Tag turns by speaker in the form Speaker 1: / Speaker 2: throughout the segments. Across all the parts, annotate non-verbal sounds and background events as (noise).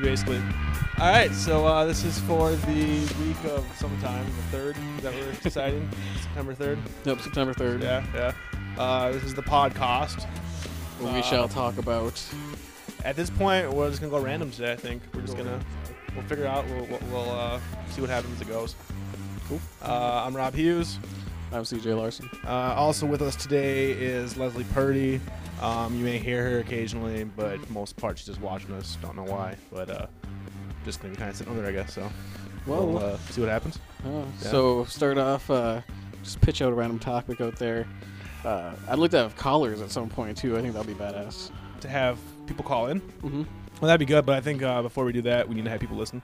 Speaker 1: basically. All right, so uh, this is for the week of summertime, the third. Is that we're (laughs) deciding? September third.
Speaker 2: Nope, September 3rd.
Speaker 1: Yeah, yeah. Uh, this is the podcast.
Speaker 2: Where we
Speaker 1: Uh,
Speaker 2: shall talk about.
Speaker 1: At this point, we're just gonna go random today. I think we're just gonna we'll figure out. We'll we'll, we'll uh, see what happens as it goes.
Speaker 2: Cool.
Speaker 1: Uh, I'm Rob Hughes.
Speaker 2: I'm CJ Larson.
Speaker 1: Uh, also with us today is Leslie Purdy. Um, you may hear her occasionally, but most part she's just watching us. Don't know why, but uh, just gonna be kind of sitting over there, I guess. So we'll uh, see what happens.
Speaker 2: Oh,
Speaker 1: Yeah.
Speaker 2: So start off, uh, just pitch out a random topic out there. Uh, I'd like to have callers at some point too. I think that'll be badass.
Speaker 1: To have people call in,
Speaker 2: Mm-hmm.
Speaker 1: well, that'd be good. But I think uh, before we do that, we need to have people listen.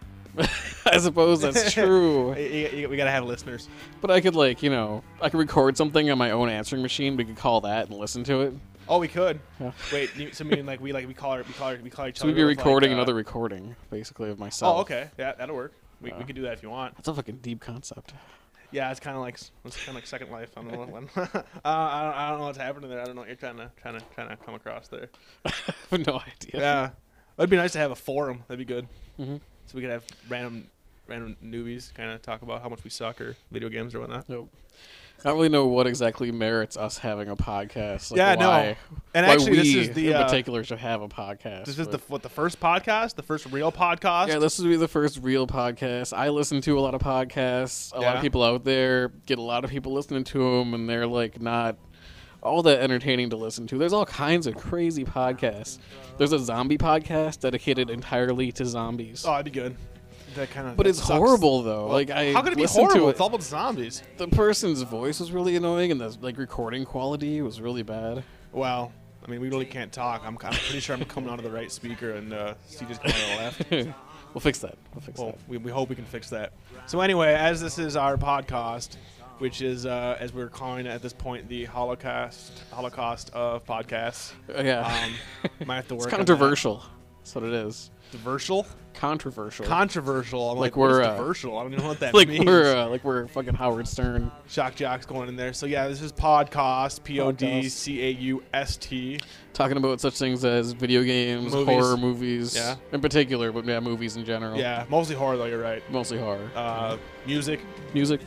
Speaker 2: I suppose
Speaker 1: (laughs)
Speaker 2: that's true.
Speaker 1: Y- y- y- We gotta have listeners.
Speaker 2: But I could like you know I could record something on my own answering machine. We could call that and listen to it.
Speaker 1: Oh, we could.
Speaker 2: Yeah.
Speaker 1: Wait, you- so meaning like we like we call her, we call her, we call each
Speaker 2: So
Speaker 1: other.
Speaker 2: we'd be
Speaker 1: with, like,
Speaker 2: recording
Speaker 1: uh,
Speaker 2: another recording basically of myself.
Speaker 1: Oh, okay. Yeah, that'll work. We, we
Speaker 2: Yeah.
Speaker 1: could do that if you want.
Speaker 2: That's a fucking deep concept. (laughs)
Speaker 1: Yeah, it's kind of like it's kind of like Second Life on the one. one. (laughs) uh, I, don't, I don't know what's happening there. I don't know what you're trying to trying to trying to come across there.
Speaker 2: I have no idea.
Speaker 1: Yeah, it'd be nice to have a forum. That'd be good.
Speaker 2: Mhm.
Speaker 1: So we could have random random newbies kind of talk about how much we suck or video games or whatnot.
Speaker 2: Nope. I don't really know what exactly merits us having a podcast. Like
Speaker 1: Yeah, no.
Speaker 2: why,
Speaker 1: And
Speaker 2: why
Speaker 1: actually,
Speaker 2: we
Speaker 1: this is the
Speaker 2: in
Speaker 1: uh,
Speaker 2: particular should have a podcast.
Speaker 1: this is
Speaker 2: but-
Speaker 1: the what the first podcast, the first real podcast.
Speaker 2: Yeah, this would be the first real podcast. I listen to a lot of podcasts. A lot
Speaker 1: Yeah.
Speaker 2: of people out there get a lot of people listening to them, and they're like not all that entertaining to listen to. There's all kinds of crazy podcasts. There's a zombie podcast dedicated entirely to zombies.
Speaker 1: oh, that'd be good. That kind of.
Speaker 2: But it's horrible though. like I
Speaker 1: how could it be
Speaker 2: listened
Speaker 1: horrible?
Speaker 2: To
Speaker 1: It's all about zombies.
Speaker 2: The person's voice was really annoying, and the like recording quality was really bad. (laughs)
Speaker 1: Well, I mean, we really can't talk. I'm, I'm pretty sure I'm coming out of the right speaker and uh, CJ's coming out of the left.
Speaker 2: we'll fix that. We'll fix
Speaker 1: Well, we, we hope we can fix that. So anyway, as this is our podcast, which is uh, as we're calling it at this point the Holocaust Holocaust of podcasts.
Speaker 2: that. Uh, Yeah,
Speaker 1: Um, might have to work.
Speaker 2: (laughs) it's
Speaker 1: on that.
Speaker 2: controversial. That's what it is.
Speaker 1: Diversal.
Speaker 2: Controversial.
Speaker 1: Controversial. I'm like,
Speaker 2: Like
Speaker 1: we're
Speaker 2: we're, uh,
Speaker 1: diversal. I don't even know what that
Speaker 2: (laughs) like
Speaker 1: means.
Speaker 2: we're uh, like we're fucking Howard Stern.
Speaker 1: Shock jocks going in there. So yeah, this is podcast. P O D C A U S T.
Speaker 2: talking about such things as video games,
Speaker 1: Movies.
Speaker 2: horror movies,
Speaker 1: Yeah.
Speaker 2: in particular, but yeah, movies in general.
Speaker 1: Yeah, mostly horror though. You're right.
Speaker 2: mostly horror,
Speaker 1: Uh, music,
Speaker 2: music,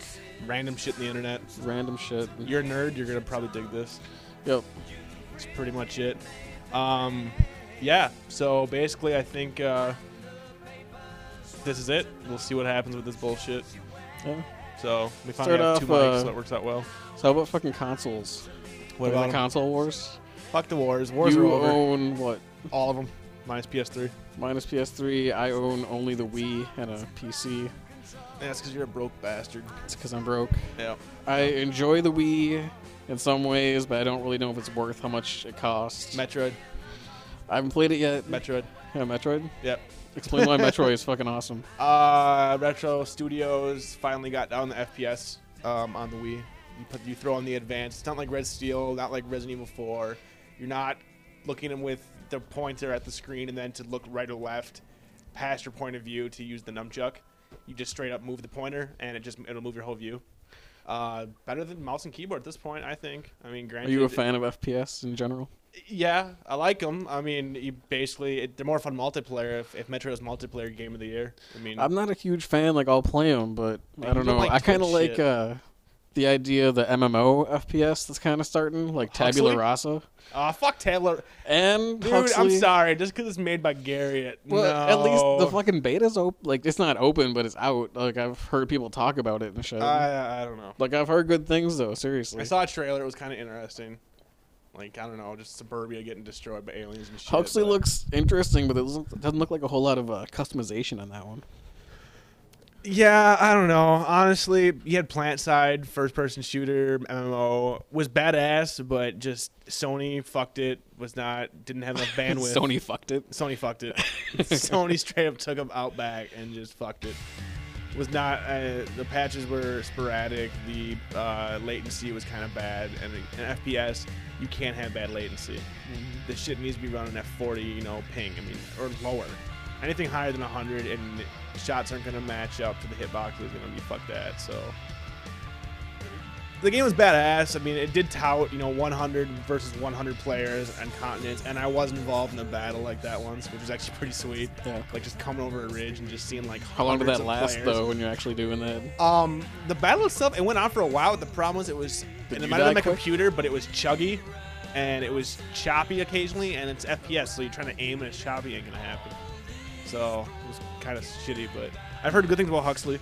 Speaker 1: random shit in the internet.
Speaker 2: random shit.
Speaker 1: You're a nerd. You're gonna probably dig this.
Speaker 2: Yep.
Speaker 1: That's pretty much it. Um, yeah. So basically, I think uh, this is it. We'll see what happens with this bullshit.
Speaker 2: Yeah.
Speaker 1: So we
Speaker 2: Start
Speaker 1: finally have
Speaker 2: off,
Speaker 1: two mics,
Speaker 2: uh,
Speaker 1: so it works out well.
Speaker 2: So how about fucking consoles?
Speaker 1: What
Speaker 2: Remember
Speaker 1: about
Speaker 2: the
Speaker 1: 'em?
Speaker 2: console wars?
Speaker 1: Fuck the wars. Wars
Speaker 2: you
Speaker 1: are over.
Speaker 2: own what?
Speaker 1: All of them, minus PS3.
Speaker 2: Minus PS3, I own only the Wii and a PC.
Speaker 1: That's because you're a broke bastard.
Speaker 2: It's because I'm broke.
Speaker 1: Yeah.
Speaker 2: I enjoy the Wii in some ways, but I don't really know if it's worth how much it costs.
Speaker 1: Metroid.
Speaker 2: I haven't played it yet.
Speaker 1: Metroid.
Speaker 2: yeah, Metroid.
Speaker 1: Yep.
Speaker 2: Explain why Metroid is
Speaker 1: (laughs)
Speaker 2: fucking awesome.
Speaker 1: Uh, Retro Studios finally got down the FPS um, on the Wii. You put you throw on the advanced. It's not like Red Steel, not like Resident Evil 4. You're not looking them with the pointer at the screen and then to look right or left past your point of view to use the nunchuck. You just straight up move the pointer and it just it'll move your whole view. Uh, better than mouse and keyboard at this point, I think. I mean,
Speaker 2: Are
Speaker 1: granted,
Speaker 2: you a fan of FPS in general?
Speaker 1: yeah, I like them. I mean, you basically, it, they're more fun multiplayer. If, if Metro's multiplayer game of the year, I mean,
Speaker 2: I'm not a huge fan. Like I'll play them, but
Speaker 1: Yeah,
Speaker 2: I don't
Speaker 1: you don't
Speaker 2: know.
Speaker 1: like
Speaker 2: I kind of
Speaker 1: Twitch
Speaker 2: like
Speaker 1: shit.
Speaker 2: uh, the idea of the MMO FPS that's kind of starting, like
Speaker 1: Huxley?
Speaker 2: Tabula Rasa
Speaker 1: uh, fuck Taylor.
Speaker 2: and
Speaker 1: Dude,
Speaker 2: Huxley.
Speaker 1: I'm sorry. Just because it's made by Garriott.
Speaker 2: Well,
Speaker 1: no.
Speaker 2: at least the fucking beta's open. Like it's not open, but it's out. Like I've heard people talk about it and shit.
Speaker 1: I, I don't know.
Speaker 2: like I've heard good things though. Seriously,
Speaker 1: I saw a trailer. It was kind of interesting. Like I don't know, just suburbia getting destroyed by aliens and shit.
Speaker 2: Huxley
Speaker 1: but-
Speaker 2: looks interesting, but it doesn't doesn't look like a whole lot of uh, customization on that one.
Speaker 1: Yeah, I don't know. Honestly, you had Plant Side, first person shooter, MMO, was badass, but just Sony fucked it. Was not didn't have enough
Speaker 2: (laughs)
Speaker 1: bandwidth.
Speaker 2: Sony fucked it.
Speaker 1: Sony fucked
Speaker 2: (laughs)
Speaker 1: it. Sony straight up took them out back and just fucked it. Was not uh, the patches were sporadic. The uh, latency was kind of bad, and in FPS you can't have bad latency. This shit needs to be running at 40, you know, ping. I mean, or lower. Anything higher than 100, and shots aren't gonna match up to the hitbox is gonna be fucked at. So the game was badass. I mean, it did tout, you know, 100 versus 100 players and continents, and I was involved in a battle like that once, which was actually pretty sweet.
Speaker 2: Yeah.
Speaker 1: Like just coming over a ridge and just seeing like
Speaker 2: How long did
Speaker 1: hundreds
Speaker 2: that
Speaker 1: of
Speaker 2: last
Speaker 1: players.
Speaker 2: though? When you're actually doing that?
Speaker 1: Um, the battle itself, it went on for a while. The problem was it was, and it
Speaker 2: you
Speaker 1: might have been
Speaker 2: die
Speaker 1: my
Speaker 2: quick?
Speaker 1: computer, but it was chuggy, and it was choppy occasionally, and it's FPS, so you're trying to aim and it's choppy, ain't gonna happen. So it was kind of shitty, but I've heard good things about Huxley,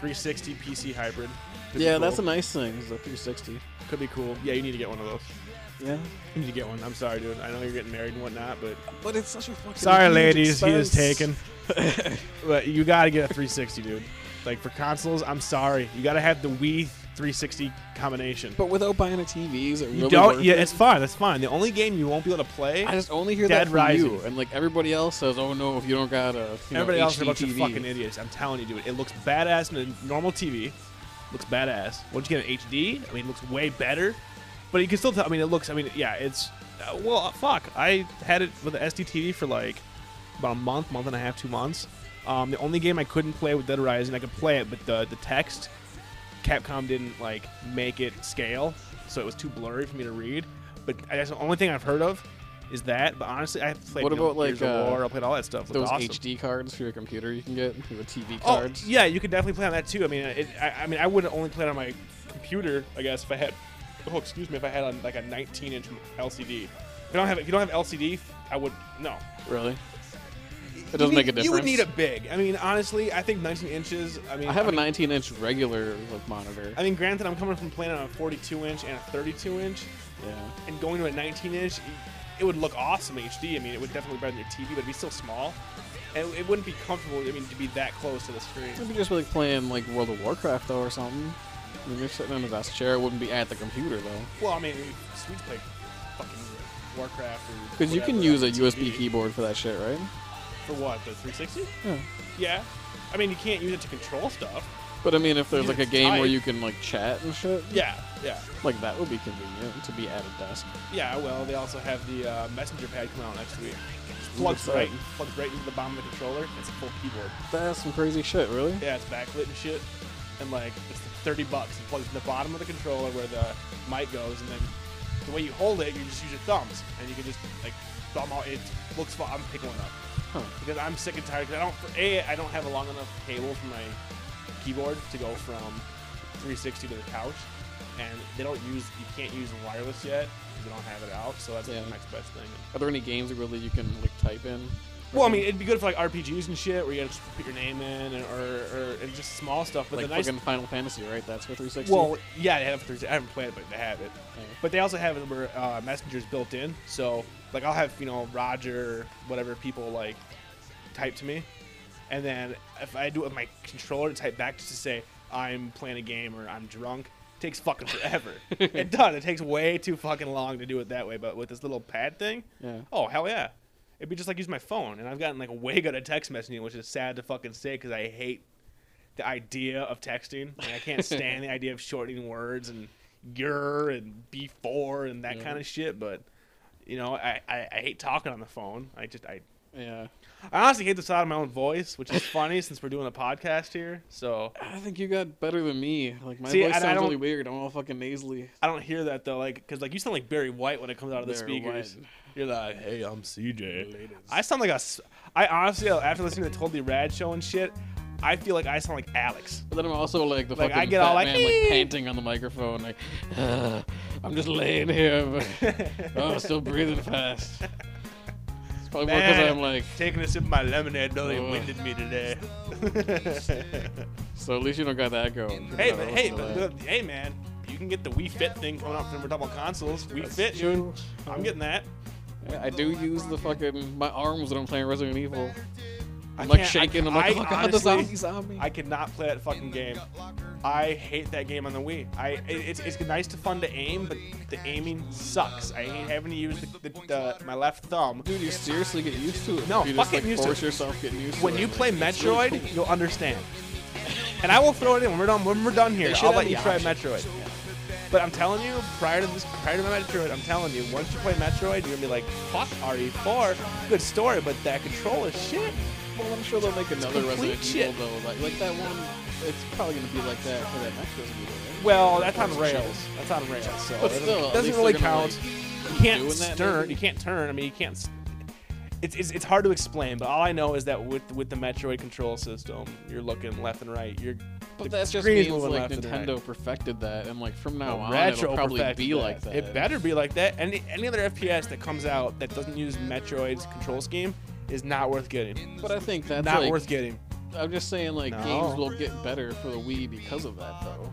Speaker 1: 360 PC hybrid. Could be
Speaker 2: yeah,
Speaker 1: cool.
Speaker 2: that's a nice thing. Is the 360.
Speaker 1: could be cool. Yeah, you need to get one of those.
Speaker 2: Yeah,
Speaker 1: You need to get one. I'm sorry, dude. I know you're getting married and whatnot, but
Speaker 2: but it's such a fucking.
Speaker 1: sorry,
Speaker 2: huge
Speaker 1: ladies, he
Speaker 2: expense.
Speaker 1: is taken.
Speaker 2: (laughs)
Speaker 1: but you gotta get a 360, dude. Like for consoles, I'm sorry, you gotta have the Wii 360 combination.
Speaker 2: But without buying a TV, is it really
Speaker 1: You don't.
Speaker 2: worth
Speaker 1: Yeah,
Speaker 2: it?
Speaker 1: it's fine. That's fine. The only game you won't be able to play.
Speaker 2: I just only hear
Speaker 1: Dead
Speaker 2: that from
Speaker 1: Rising.
Speaker 2: you, and like everybody else says, "Oh no, if you don't got a you know,
Speaker 1: Everybody else is a
Speaker 2: HD
Speaker 1: bunch of
Speaker 2: TV."
Speaker 1: fucking idiots. I'm telling you, dude. It looks badass in a normal TV. Looks badass. Once you get an HD, I mean, it looks way better. But you can still tell. I mean, it looks. I mean, yeah, it's. Uh, well, fuck. I had it with the SD TV for like about a month, month and a half, two months. Um, the only game I couldn't play with Dead Rising, I could play it, but the the text, Capcom didn't like make it scale, so it was too blurry for me to read. But I guess the only thing I've heard of is that. But honestly, I've played
Speaker 2: What
Speaker 1: you know,
Speaker 2: about, like,
Speaker 1: Gears of
Speaker 2: uh,
Speaker 1: War, I played all that stuff. It
Speaker 2: Those
Speaker 1: was awesome.
Speaker 2: HD cards for your computer you can get, the TV
Speaker 1: Oh
Speaker 2: cards.
Speaker 1: yeah, you could definitely play on that too. I mean, it, I, I mean, I would only play it on my computer, I guess, if I had. Oh, excuse me, if I had on like a 19-inch LCD. If you don't have, if you don't have LCD, I would no.
Speaker 2: Really? It
Speaker 1: You
Speaker 2: doesn't
Speaker 1: need-
Speaker 2: make a difference.
Speaker 1: You would need a big. I mean, honestly, I think 19 inches. I mean,
Speaker 2: I have
Speaker 1: I
Speaker 2: a
Speaker 1: mean,
Speaker 2: 19 inch regular like monitor.
Speaker 1: I mean, granted, I'm coming from playing on a 42 inch and a 32 inch,
Speaker 2: yeah.
Speaker 1: and going to a 19 inch, it would look awesome HD. I mean, it would definitely be better than your TV, but it'd be still small, and it wouldn't be comfortable. I mean, to be that close to the screen.
Speaker 2: Maybe just like playing like World of Warcraft though or something. I mean, you're sitting in a desk chair. It wouldn't be at the computer though,
Speaker 1: Well, I mean, Swedes play fucking Warcraft or
Speaker 2: because you can
Speaker 1: whatever
Speaker 2: use a
Speaker 1: on the
Speaker 2: USB
Speaker 1: TV.
Speaker 2: keyboard for that shit, right?
Speaker 1: for what the 360.
Speaker 2: Yeah.
Speaker 1: Yeah, I mean, you can't use it to control stuff.
Speaker 2: But I mean, if there's
Speaker 1: You
Speaker 2: like a
Speaker 1: just
Speaker 2: game where
Speaker 1: type.
Speaker 2: you can like chat and shit,
Speaker 1: Yeah, yeah,
Speaker 2: like that would be convenient to be at a desk.
Speaker 1: yeah. Well, they also have the uh, messenger pad coming out next week. Just plugs
Speaker 2: What's that?
Speaker 1: right, plugs right into the bottom of the controller. It's a full keyboard.
Speaker 2: That's some crazy shit, really.
Speaker 1: Yeah, it's backlit and shit, and like it's 30 bucks. It plugs in the bottom of the controller where the mic goes, and then the way you hold it, you just use your thumbs, and you can just like thumb out. It looks. Fun. I'm picking one up.
Speaker 2: Huh.
Speaker 1: because I'm sick and tired. Because I don't, for a, I don't have a long enough cable for my keyboard to go from 360 to the couch, and they don't use, you can't use wireless yet. 'cause They don't have it out, so that's like,
Speaker 2: Yeah.
Speaker 1: the next best thing.
Speaker 2: Are there any games that really you can like type in?
Speaker 1: Well, I mean, it'd be good for like RPGs and shit, where you gotta just put your name in, and, or, or and just small stuff. But
Speaker 2: like
Speaker 1: the nice,
Speaker 2: fucking Final Fantasy, right? That's for
Speaker 1: (laughs)
Speaker 2: 360.
Speaker 1: well, yeah, they have. 360. I haven't played it, but they have it.
Speaker 2: Yeah.
Speaker 1: But they also have it where uh, messengers built in. So like I'll have you know Roger, whatever people like type to me, and then if I do it with my controller to type back just to say I'm playing a game or I'm drunk, it takes fucking
Speaker 2: (laughs)
Speaker 1: forever. it does. It takes way too fucking long to do it that way. But with this little pad thing,
Speaker 2: Yeah.
Speaker 1: oh hell yeah. It'd be just like using my phone, and I've gotten like way good at text messaging, which is sad to fucking say because I hate the idea of texting. Like, I
Speaker 2: (laughs)
Speaker 1: can't stand the idea of shortening words and your and before and that
Speaker 2: Yeah.
Speaker 1: kind of shit. But you know, I, I, I hate talking on the phone. I just I,
Speaker 2: Yeah.
Speaker 1: I honestly hate the sound of my own voice, which is funny (laughs) since we're doing a podcast here. So
Speaker 2: I think you got better than me. Like my
Speaker 1: See,
Speaker 2: voice
Speaker 1: and I
Speaker 2: sounds really
Speaker 1: don't-
Speaker 2: weird. I'm all fucking nasally.
Speaker 1: I don't hear that though, like because like you sound like Barry White when it comes out of the
Speaker 2: Barry
Speaker 1: speakers.
Speaker 2: White.
Speaker 1: You're like, hey, I'm CJ.
Speaker 2: Ladies.
Speaker 1: I sound like a. s- I honestly, after listening to the Totally Rad show and shit, I feel like I sound like Alex.
Speaker 2: But then I'm also like the
Speaker 1: Like, I
Speaker 2: fucking
Speaker 1: get
Speaker 2: fat
Speaker 1: all like,
Speaker 2: man,
Speaker 1: "Ee."
Speaker 2: like panting on the microphone. Like, "Ugh, I'm just laying here. But, oh, I'm still breathing fast. It's probably more because
Speaker 1: Man.
Speaker 2: I'm like.
Speaker 1: Taking a sip of my lemonade, though, they
Speaker 2: Ugh.
Speaker 1: winded me (laughs) today.
Speaker 2: So at least you don't got that going.
Speaker 1: Hey,
Speaker 2: You
Speaker 1: but,
Speaker 2: gotta
Speaker 1: hey,
Speaker 2: listen to
Speaker 1: but,
Speaker 2: that.
Speaker 1: look, hey, man, you can get the Wii Fit thing coming out from double consoles. Wii
Speaker 2: That's
Speaker 1: Fit,
Speaker 2: true.
Speaker 1: dude. I'm getting that.
Speaker 2: Yeah, I do use the fucking my arms when I'm playing Resident Evil.
Speaker 1: I
Speaker 2: I'm
Speaker 1: can't-
Speaker 2: like
Speaker 1: I-
Speaker 2: shaking. I'm like,
Speaker 1: I
Speaker 2: oh god, the
Speaker 1: honestly-
Speaker 2: zombies on me.
Speaker 1: I could not play that fucking game. I hate that game on the Wii. I it, it's, it's nice to fun to aim, but the aiming sucks. I hate having to use the, the, the, my left thumb.
Speaker 2: Dude, you seriously get used to it.
Speaker 1: No,
Speaker 2: if you
Speaker 1: fucking
Speaker 2: just, like,
Speaker 1: used to
Speaker 2: force
Speaker 1: it.
Speaker 2: yourself getting used to
Speaker 1: When
Speaker 2: it.
Speaker 1: you
Speaker 2: like,
Speaker 1: play
Speaker 2: it's
Speaker 1: Metroid,
Speaker 2: really cool.
Speaker 1: you'll understand. (laughs) And I will throw it in when we're done. When we're done here,
Speaker 2: should
Speaker 1: I'll
Speaker 2: have
Speaker 1: let
Speaker 2: the
Speaker 1: you try
Speaker 2: option.
Speaker 1: Metroid. But I'm telling you, prior to this, prior to my Metroid, I'm telling you, E once you play Metroid, you're gonna be like, "Fuck RE4, good story, but that control is shit."
Speaker 2: Well, I'm sure they'll make another
Speaker 1: complete
Speaker 2: Resident
Speaker 1: shit.
Speaker 2: Evil though. Like like that one, it's probably gonna be like that for that next Resident Evil. right?
Speaker 1: Well, that's on
Speaker 2: Force
Speaker 1: rails.
Speaker 2: cheese.
Speaker 1: That's on rails. So
Speaker 2: But
Speaker 1: it doesn't-
Speaker 2: still, at
Speaker 1: doesn't
Speaker 2: least
Speaker 1: really
Speaker 2: they're gonna,
Speaker 1: count.
Speaker 2: like,
Speaker 1: you
Speaker 2: keep
Speaker 1: can't
Speaker 2: doing that
Speaker 1: turn.
Speaker 2: maybe?
Speaker 1: You can't turn. I mean, you can't. s- It's, it's, it's hard to explain, but all I know is that with with the Metroid control system, you're looking left and right. You're the
Speaker 2: But that's just
Speaker 1: screen's
Speaker 2: means
Speaker 1: moving
Speaker 2: like
Speaker 1: left and right.
Speaker 2: Nintendo perfected that, Oh, and like from now on,
Speaker 1: Retro
Speaker 2: it'll probably
Speaker 1: perfected
Speaker 2: be like that.
Speaker 1: It better be like that. Any any other FPS that comes out that doesn't use Metroid's control scheme is not worth getting.
Speaker 2: But I think that's
Speaker 1: not
Speaker 2: like,
Speaker 1: worth getting.
Speaker 2: I'm just saying, like
Speaker 1: No.
Speaker 2: games will get better for the Wii because of that, though.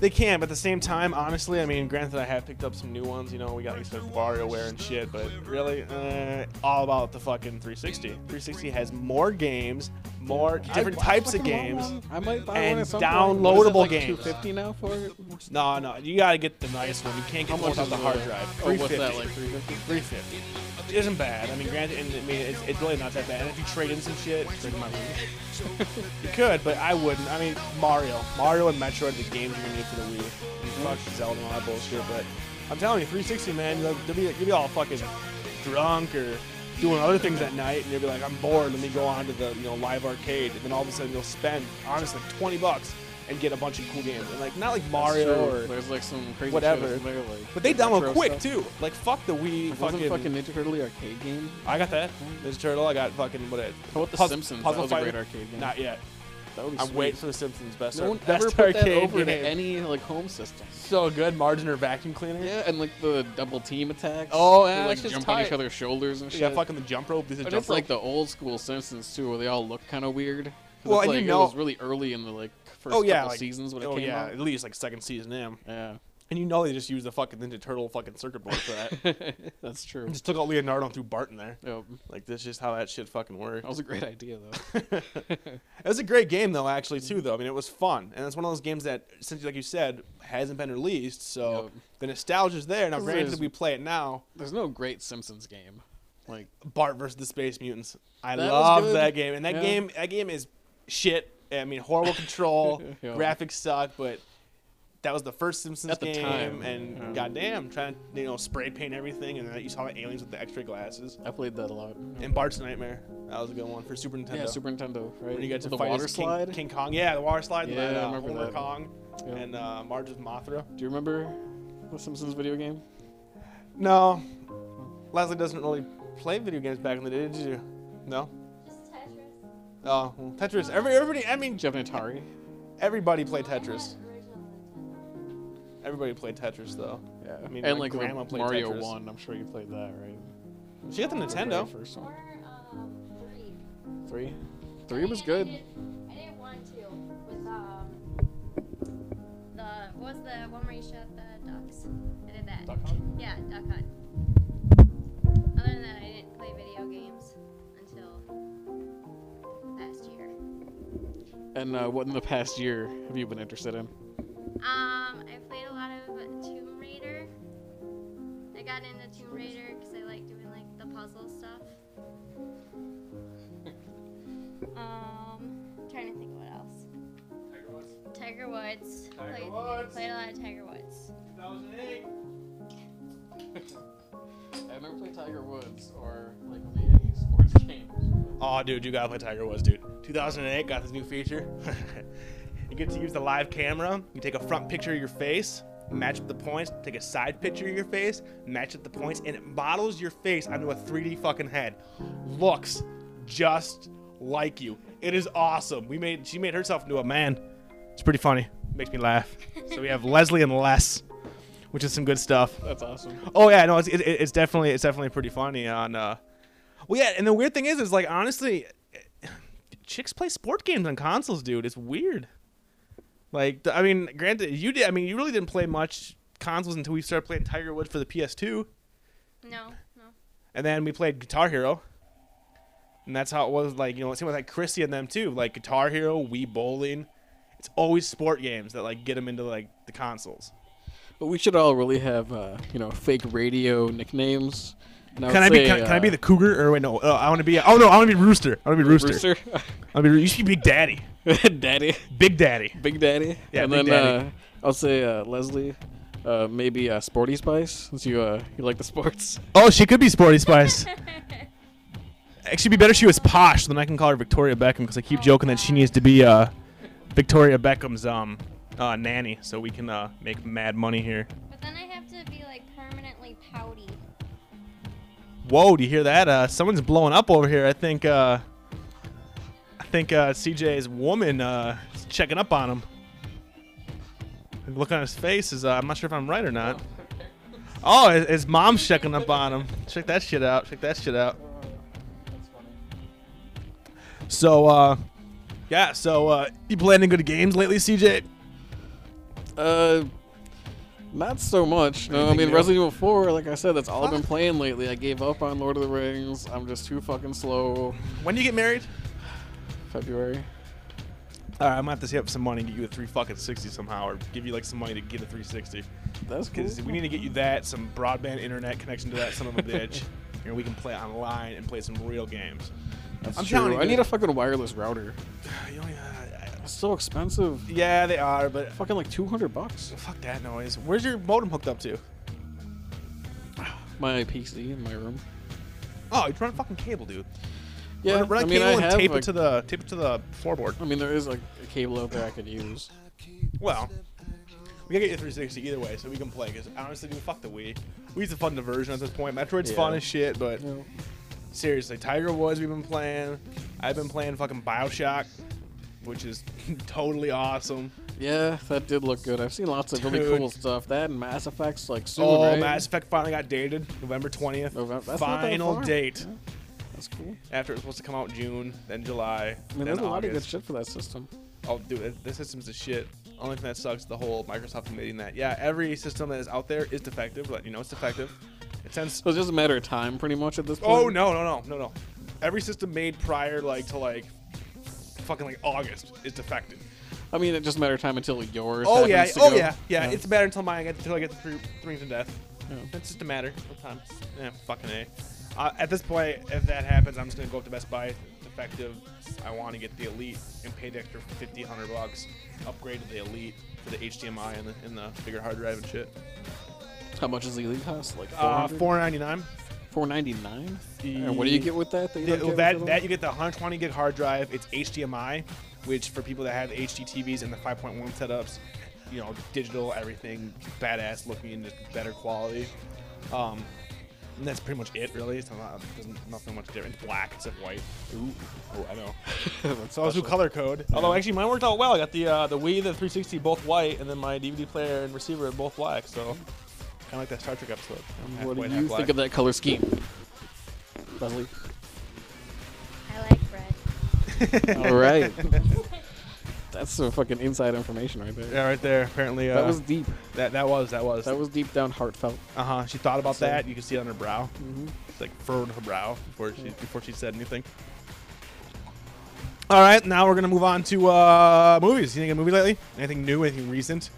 Speaker 1: They can, but at the same time, honestly, I mean, granted, I have picked up some new ones. You know, we got like some WarioWare and shit, but really, uh, all about the fucking 360. 360 has more games, more different
Speaker 2: I- I
Speaker 1: types of
Speaker 2: fucking want
Speaker 1: games.
Speaker 2: one. I might buy
Speaker 1: and
Speaker 2: one at some
Speaker 1: downloadable
Speaker 2: point. What is it, like,
Speaker 1: games.
Speaker 2: 250 now for it.
Speaker 1: No, no, you gotta get the nice one. You can't get the one without the
Speaker 2: it?
Speaker 1: hard drive.
Speaker 2: Oh, what's that
Speaker 1: 350.
Speaker 2: like? 350.
Speaker 1: 350. It isn't bad. I mean, granted, and, I mean, it's, it's really not that bad. And if you trade in some shit, trade in my Wii. you could, but I wouldn't. I mean, Mario, Mario and Metroid, the games you're gonna need for the Wii. And fuck Zelda and all that bullshit. But I'm telling you, 360, man, you'll you'll be, you'll be all fucking drunk or doing other things at night, and you'll be like, I'm bored. Let me go on to the you know live arcade, and then all of a sudden you'll spend honestly 20 bucks and get a bunch of cool games, and like not like Mario
Speaker 2: That's true.
Speaker 1: or.
Speaker 2: There's like some crazy
Speaker 1: whatever.
Speaker 2: shit in there, like,
Speaker 1: But they
Speaker 2: retro
Speaker 1: download quick
Speaker 2: stuff.
Speaker 1: too. Like fuck the Wii.
Speaker 2: Wasn't
Speaker 1: fucking
Speaker 2: fucking Ninja Turtle the arcade game?
Speaker 1: I got that. Ninja Turtle. I got fucking what? It,
Speaker 2: How about the Simpsons? that was a great arcade game.
Speaker 1: Not yet.
Speaker 2: that would be
Speaker 1: I'm
Speaker 2: sweet.
Speaker 1: waiting for the Simpsons best.
Speaker 2: No one
Speaker 1: best
Speaker 2: ever put that
Speaker 1: arcade
Speaker 2: over to
Speaker 1: game.
Speaker 2: any like home system.
Speaker 1: So good, margin or vacuum cleaner.
Speaker 2: Yeah, and like the double team attacks.
Speaker 1: Oh,
Speaker 2: They,
Speaker 1: yeah,
Speaker 2: like
Speaker 1: that's just
Speaker 2: jump on each
Speaker 1: tight.
Speaker 2: other's shoulders and shit.
Speaker 1: Yeah, fucking the jump rope. This is
Speaker 2: But
Speaker 1: jump
Speaker 2: it's like
Speaker 1: rope.
Speaker 2: the old school Simpsons too, where they all look kind of weird. 'Cause
Speaker 1: Well,
Speaker 2: it's
Speaker 1: and
Speaker 2: like
Speaker 1: you
Speaker 2: it
Speaker 1: know-
Speaker 2: was really early in the like first
Speaker 1: oh yeah,
Speaker 2: couple
Speaker 1: like-
Speaker 2: seasons when it
Speaker 1: oh,
Speaker 2: came
Speaker 1: yeah,
Speaker 2: out.
Speaker 1: at least like second season in.
Speaker 2: Yeah,
Speaker 1: And you know they just used the fucking Ninja Turtle fucking circuit board for that. (laughs)
Speaker 2: that's true.
Speaker 1: just took out Leonardo and threw Bart in there.
Speaker 2: Yep.
Speaker 1: Like that's just how that shit fucking works.
Speaker 2: That was a great (laughs) idea
Speaker 1: (laughs)
Speaker 2: though.
Speaker 1: It was a great game though, actually too. Though I mean, it was fun, and it's one of those games that, since like you said, hasn't been released, so
Speaker 2: Yep.
Speaker 1: the nostalgia's there. Now,
Speaker 2: This
Speaker 1: granted,
Speaker 2: is-
Speaker 1: we play it now.
Speaker 2: There's no great Simpsons game. Like
Speaker 1: Bart versus the Space Mutants. I
Speaker 2: That was
Speaker 1: love
Speaker 2: good.
Speaker 1: that game, and that
Speaker 2: Yeah.
Speaker 1: game, that game is shit. I mean, horrible control,
Speaker 2: (laughs) Yeah.
Speaker 1: graphics suck, but that was the first Simpsons
Speaker 2: At the
Speaker 1: game,
Speaker 2: time,
Speaker 1: and
Speaker 2: yeah.
Speaker 1: goddamn, trying to you know spray paint everything, and then you saw the aliens with the X-ray glasses.
Speaker 2: I played that a lot.
Speaker 1: And Bart's Nightmare, that was a good one for Super Nintendo.
Speaker 2: Yeah, Super Nintendo, right?
Speaker 1: When you got to
Speaker 2: the
Speaker 1: fight
Speaker 2: water
Speaker 1: as King-
Speaker 2: slide.
Speaker 1: King, Kong. Yeah, the water slide.
Speaker 2: Yeah,
Speaker 1: and,
Speaker 2: I
Speaker 1: uh,
Speaker 2: remember
Speaker 1: Homer
Speaker 2: that.
Speaker 1: Kong
Speaker 2: Yeah.
Speaker 1: and uh, Marge's Mothra.
Speaker 2: Do you remember the Simpsons video game?
Speaker 1: No, Leslie doesn't really play video games back in the day, did you? No.
Speaker 3: Just Tetris.
Speaker 1: Oh, well, Tetris. Every everybody. I mean,
Speaker 2: Do you have an Atari?
Speaker 1: everybody played
Speaker 3: I had
Speaker 1: Tetris.
Speaker 3: original Nintendo.
Speaker 1: Everybody played Tetris though.
Speaker 2: Yeah.
Speaker 1: I mean,
Speaker 2: and
Speaker 1: my
Speaker 2: like the
Speaker 1: grandma played
Speaker 2: Mario
Speaker 1: Tetris.
Speaker 2: One. I'm sure you played that, right?
Speaker 1: She got the
Speaker 2: The very
Speaker 1: Nintendo.
Speaker 2: first one.
Speaker 3: Or um, three.
Speaker 2: Three. Three was
Speaker 3: I
Speaker 2: good.
Speaker 3: didn't- I didn't want to with um the what was the one where you shot the ducks? I did that.
Speaker 1: Duck Hunt?
Speaker 3: Yeah, duck hunt. Other than that, I didn't play video games until last year.
Speaker 2: And uh, what in the past year have you been interested in?
Speaker 3: Um, I played a lot of Tomb Raider. I got into Tomb Raider because I like doing like the puzzle stuff. Um, trying to think of what else. Tiger Woods.
Speaker 1: Tiger
Speaker 3: played,
Speaker 1: Woods.
Speaker 3: Played a lot of Tiger Woods.
Speaker 2: I've never played Tiger Woods or like really any sports games.
Speaker 1: Oh, dude, you gotta play Tiger Woods, dude. 2008 got this new feature. (laughs) you get to use the live camera. You take a front picture of your face, match up the points. Take a side picture of your face, match up the points, and it models your face onto a 3D fucking head. Looks just like you. It is awesome. We made she made herself into a man. It's pretty funny. Makes me laugh. So we have Leslie and Les, which is some good stuff.
Speaker 2: That's awesome.
Speaker 1: Oh yeah, no, it's it, it's definitely it's definitely pretty funny on. Uh, well, yeah, and the weird thing is, is like honestly, chicks play sport games on consoles, dude. It's weird. Like, th- I mean, granted, you did. I mean, you really didn't play much consoles until we started playing Tiger Woods for the PS2,
Speaker 3: No, no.
Speaker 1: and then we played Guitar Hero. And that's how it was. Like, you know, same with like Chrissy and them too. Like Guitar Hero, Wii Bowling. It's always sport games that like get them into like the consoles.
Speaker 2: But we should all really have uh, you know fake radio nicknames. And would
Speaker 1: Can I be?
Speaker 2: say,
Speaker 1: Can, can I be
Speaker 2: uh,
Speaker 1: the cougar? Or wait, no. Uh, I want to be. Oh no, I want to be rooster. I want to be rooster.
Speaker 2: Rooster?
Speaker 1: I mean, you should be Big Daddy.
Speaker 2: (laughs) Daddy,
Speaker 1: Big Daddy.
Speaker 2: Big Daddy.
Speaker 1: Yeah,
Speaker 2: and
Speaker 1: Big
Speaker 2: then
Speaker 1: Daddy.
Speaker 2: Uh, I'll say uh, Leslie. Uh, maybe uh, Sporty Spice, since you uh, you like the sports.
Speaker 1: Oh, she could be Sporty Spice. Actually, it'd be better if she was posh, then I can call her Victoria Beckham because I keep joking that she needs to be uh, Victoria Beckham's um, uh, nanny so we can uh, make mad money here.
Speaker 3: But then I have to be like permanently pouty.
Speaker 1: Whoa, do you hear that? Uh, someone's blowing up over here. I think uh, I think uh, CJ's woman uh, is checking up on him. The look on his face is uh, I'm not sure if I'm right or not. Oh, his, his mom's checking up on him. Check that shit out. Check that shit out.
Speaker 2: Uh,
Speaker 1: So uh, yeah, so uh, you playing any good games lately, CJ?
Speaker 2: Uh, not so much. No, I
Speaker 1: Anything
Speaker 2: mean
Speaker 1: new?
Speaker 2: Resident Evil 4. Like I said, that's all I've been playing lately. I gave up on Lord of the Rings. I'm just too fucking slow.
Speaker 1: When do you get married?
Speaker 2: February.
Speaker 1: All right, I'm gonna have to save up some money and get you a three fucking sixty somehow, or give you like some money to get a three sixty.
Speaker 2: That's cool.
Speaker 1: Because we need to get you that, some broadband internet connection to that son of a (laughs) bitch. And we can play online and play some real games.
Speaker 2: That's
Speaker 1: I'm telling
Speaker 2: true.
Speaker 1: you,
Speaker 2: I need
Speaker 1: dude.
Speaker 2: a fucking wireless router.
Speaker 1: (sighs) You don't- uh,
Speaker 2: It's so expensive.
Speaker 1: Yeah, they are, but
Speaker 2: Fucking like 200 bucks.
Speaker 1: fuck that noise. Where's your modem hooked up to?
Speaker 2: My PC in my room.
Speaker 1: Oh, you run a fucking cable, dude.
Speaker 2: Yeah,
Speaker 1: run, run
Speaker 2: I
Speaker 1: a
Speaker 2: mean,
Speaker 1: cable
Speaker 2: I
Speaker 1: and
Speaker 2: have.
Speaker 1: tape
Speaker 2: a-
Speaker 1: it to the tape it to the floorboard.
Speaker 2: I mean, there is like a cable out there I could use.
Speaker 1: Well, we gotta get you 360 either way, so we can play. Because honestly, dude, fuck the Wii. Wii's a fun diversion at this point. Metroid's
Speaker 2: Yeah.
Speaker 1: fun as shit, but
Speaker 2: You know,
Speaker 1: seriously, Tiger Woods we've been playing. I've been playing fucking Bioshock, which is (laughs) totally awesome.
Speaker 2: Yeah, that did look good. I've seen lots of really
Speaker 1: Dude.
Speaker 2: cool stuff. That and Mass Effects, like soon,
Speaker 1: Oh,
Speaker 2: right?
Speaker 1: Mass Effect finally got dated, November 20th.
Speaker 2: November- that's not that
Speaker 1: Final
Speaker 2: far.
Speaker 1: date.
Speaker 2: That's cool.
Speaker 1: After it was supposed to come out June, then July,
Speaker 2: I mean,
Speaker 1: then
Speaker 2: there's a lot of good
Speaker 1: August.
Speaker 2: shit for that system.
Speaker 1: Oh, dude, it- this system's the shit. Only thing that sucks is the whole Microsoft admitting that. Yeah, every system that is out there is defective. Let you know it's defective. It sends.
Speaker 2: (laughs) So it's just a matter of time, pretty much, at this point.
Speaker 1: Oh no, no, no, no, no. Every system made prior, like to like, fucking like August, is defective.
Speaker 2: I mean, it's just a matter of time until yours.
Speaker 1: Oh yeah,
Speaker 2: happens to
Speaker 1: oh
Speaker 2: go-
Speaker 1: yeah, yeah, It's a matter until mine. I get until I get the three rings of death.
Speaker 2: Yeah.
Speaker 1: It's just a matter of time. Yeah, fucking a. Uh, at this point, if that happens, I'm just gonna go up to Best Buy. Defective. I want to get the Elite and pay the extra 50, 100 bucks. Upgrade to the Elite for the HDMI and the, and the bigger hard drive and shit.
Speaker 2: How much does the elite cost? Like
Speaker 1: Uh,
Speaker 2: 400?
Speaker 1: four ninety nine.
Speaker 2: Four ninety nine. And what do you get with that? that, you don't get with
Speaker 1: that
Speaker 2: the
Speaker 1: that
Speaker 2: other
Speaker 1: you get the 120 gig hard drive. It's HDMI, which for people that have HDTVs and the 5.1 setups, you know, digital everything, badass looking and just better quality. Um, and that's pretty much it, really. It's not doesn't, nothing much different. It's black except white. Ooh, oh, I (laughs) know.
Speaker 2: one? That's
Speaker 1: So I was
Speaker 2: special.
Speaker 1: with color code. Although actually mine worked out well. I got the uh, the Wii, the 360 both white, and then my DVD player and receiver are both black. So kind of like that Star Trek episode. Half
Speaker 2: What do
Speaker 1: white, half
Speaker 2: you
Speaker 1: black.
Speaker 2: think of that color scheme,
Speaker 1: (laughs)
Speaker 2: Leslie?
Speaker 3: I like red.
Speaker 2: All right. That's some fucking inside information right there.
Speaker 1: Yeah, right there. Apparently, uh,
Speaker 2: That was deep.
Speaker 1: that that was that was
Speaker 2: That was deep down heartfelt.
Speaker 1: Uh huh. She thought about
Speaker 2: So-
Speaker 1: that. You can see it on her brow. It's like furrowed her brow before she before she said anything. All right, now we're gonna move on to uh, movies. You think of a movie lately? Anything new? Anything recent?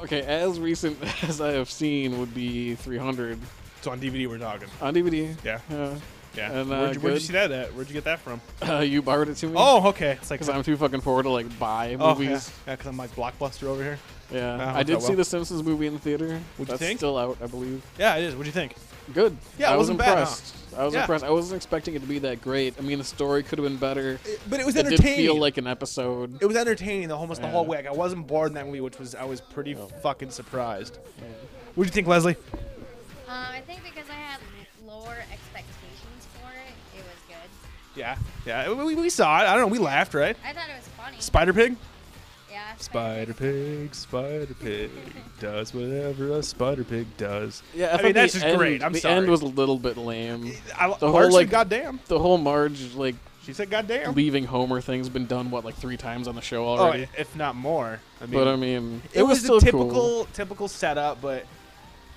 Speaker 2: Okay, as recent (laughs) as I have seen would be 300
Speaker 1: It's on DVD. We're talking.
Speaker 2: on DVD.
Speaker 1: (laughs) Yeah.
Speaker 2: Yeah.
Speaker 1: Yeah.
Speaker 2: And, uh,
Speaker 1: where'd, you, where'd you
Speaker 2: good.
Speaker 1: see that at? Where'd you get that (laughs) from?
Speaker 2: Uh, you borrowed it to me.
Speaker 1: Oh, okay. It's like
Speaker 2: Because I'm too fucking poor to like buy
Speaker 1: oh,
Speaker 2: movies.
Speaker 1: Yeah, because I'm like blockbuster over here.
Speaker 2: Yeah.
Speaker 1: Nah,
Speaker 2: I did
Speaker 1: Ah, okay,
Speaker 2: see
Speaker 1: well.
Speaker 2: the Simpsons movie in the theater.
Speaker 1: you
Speaker 2: That's
Speaker 1: think?
Speaker 2: still out, I believe.
Speaker 1: Yeah, it is. What do you think?
Speaker 2: Good.
Speaker 1: Yeah, it
Speaker 2: I was
Speaker 1: wasn't bad, huh?
Speaker 2: impressed. I was
Speaker 1: Yeah.
Speaker 2: impressed. I wasn't expecting it to be that great. I mean, the story could have been better.
Speaker 1: But it was
Speaker 2: It did feel like an episode.
Speaker 1: it was entertaining the almost the
Speaker 2: Yeah.
Speaker 1: whole way. Like, I wasn't bored in that movie, which was I was pretty
Speaker 2: Yeah.
Speaker 1: fucking surprised. What do you think, Leslie?
Speaker 3: Um, I think because I had lower expectations for it, it was good.
Speaker 1: Yeah, yeah. We, we saw it. I don't know. We laughed, right?
Speaker 3: I thought it was funny.
Speaker 1: Spider Pig?
Speaker 3: yeah.
Speaker 1: Spider Pig, Spider Pig does whatever a Spider Pig does.
Speaker 2: yeah, I,
Speaker 1: I,
Speaker 2: thought
Speaker 1: mean, that's
Speaker 2: the
Speaker 1: just
Speaker 2: end-
Speaker 1: great. I'm
Speaker 2: the
Speaker 1: sorry.
Speaker 2: end was a little bit lame.
Speaker 1: I, the
Speaker 2: whole,
Speaker 1: whole, like,
Speaker 2: like-
Speaker 1: goddamn.
Speaker 2: The whole Marge like
Speaker 1: She said goddamn.
Speaker 2: leaving Homer thing's been done what like three times on the show
Speaker 1: Oh,
Speaker 2: already.
Speaker 1: if not more. I mean,
Speaker 2: but I mean,
Speaker 1: it was,
Speaker 2: still
Speaker 1: a typical
Speaker 2: Cool.
Speaker 1: typical setup, but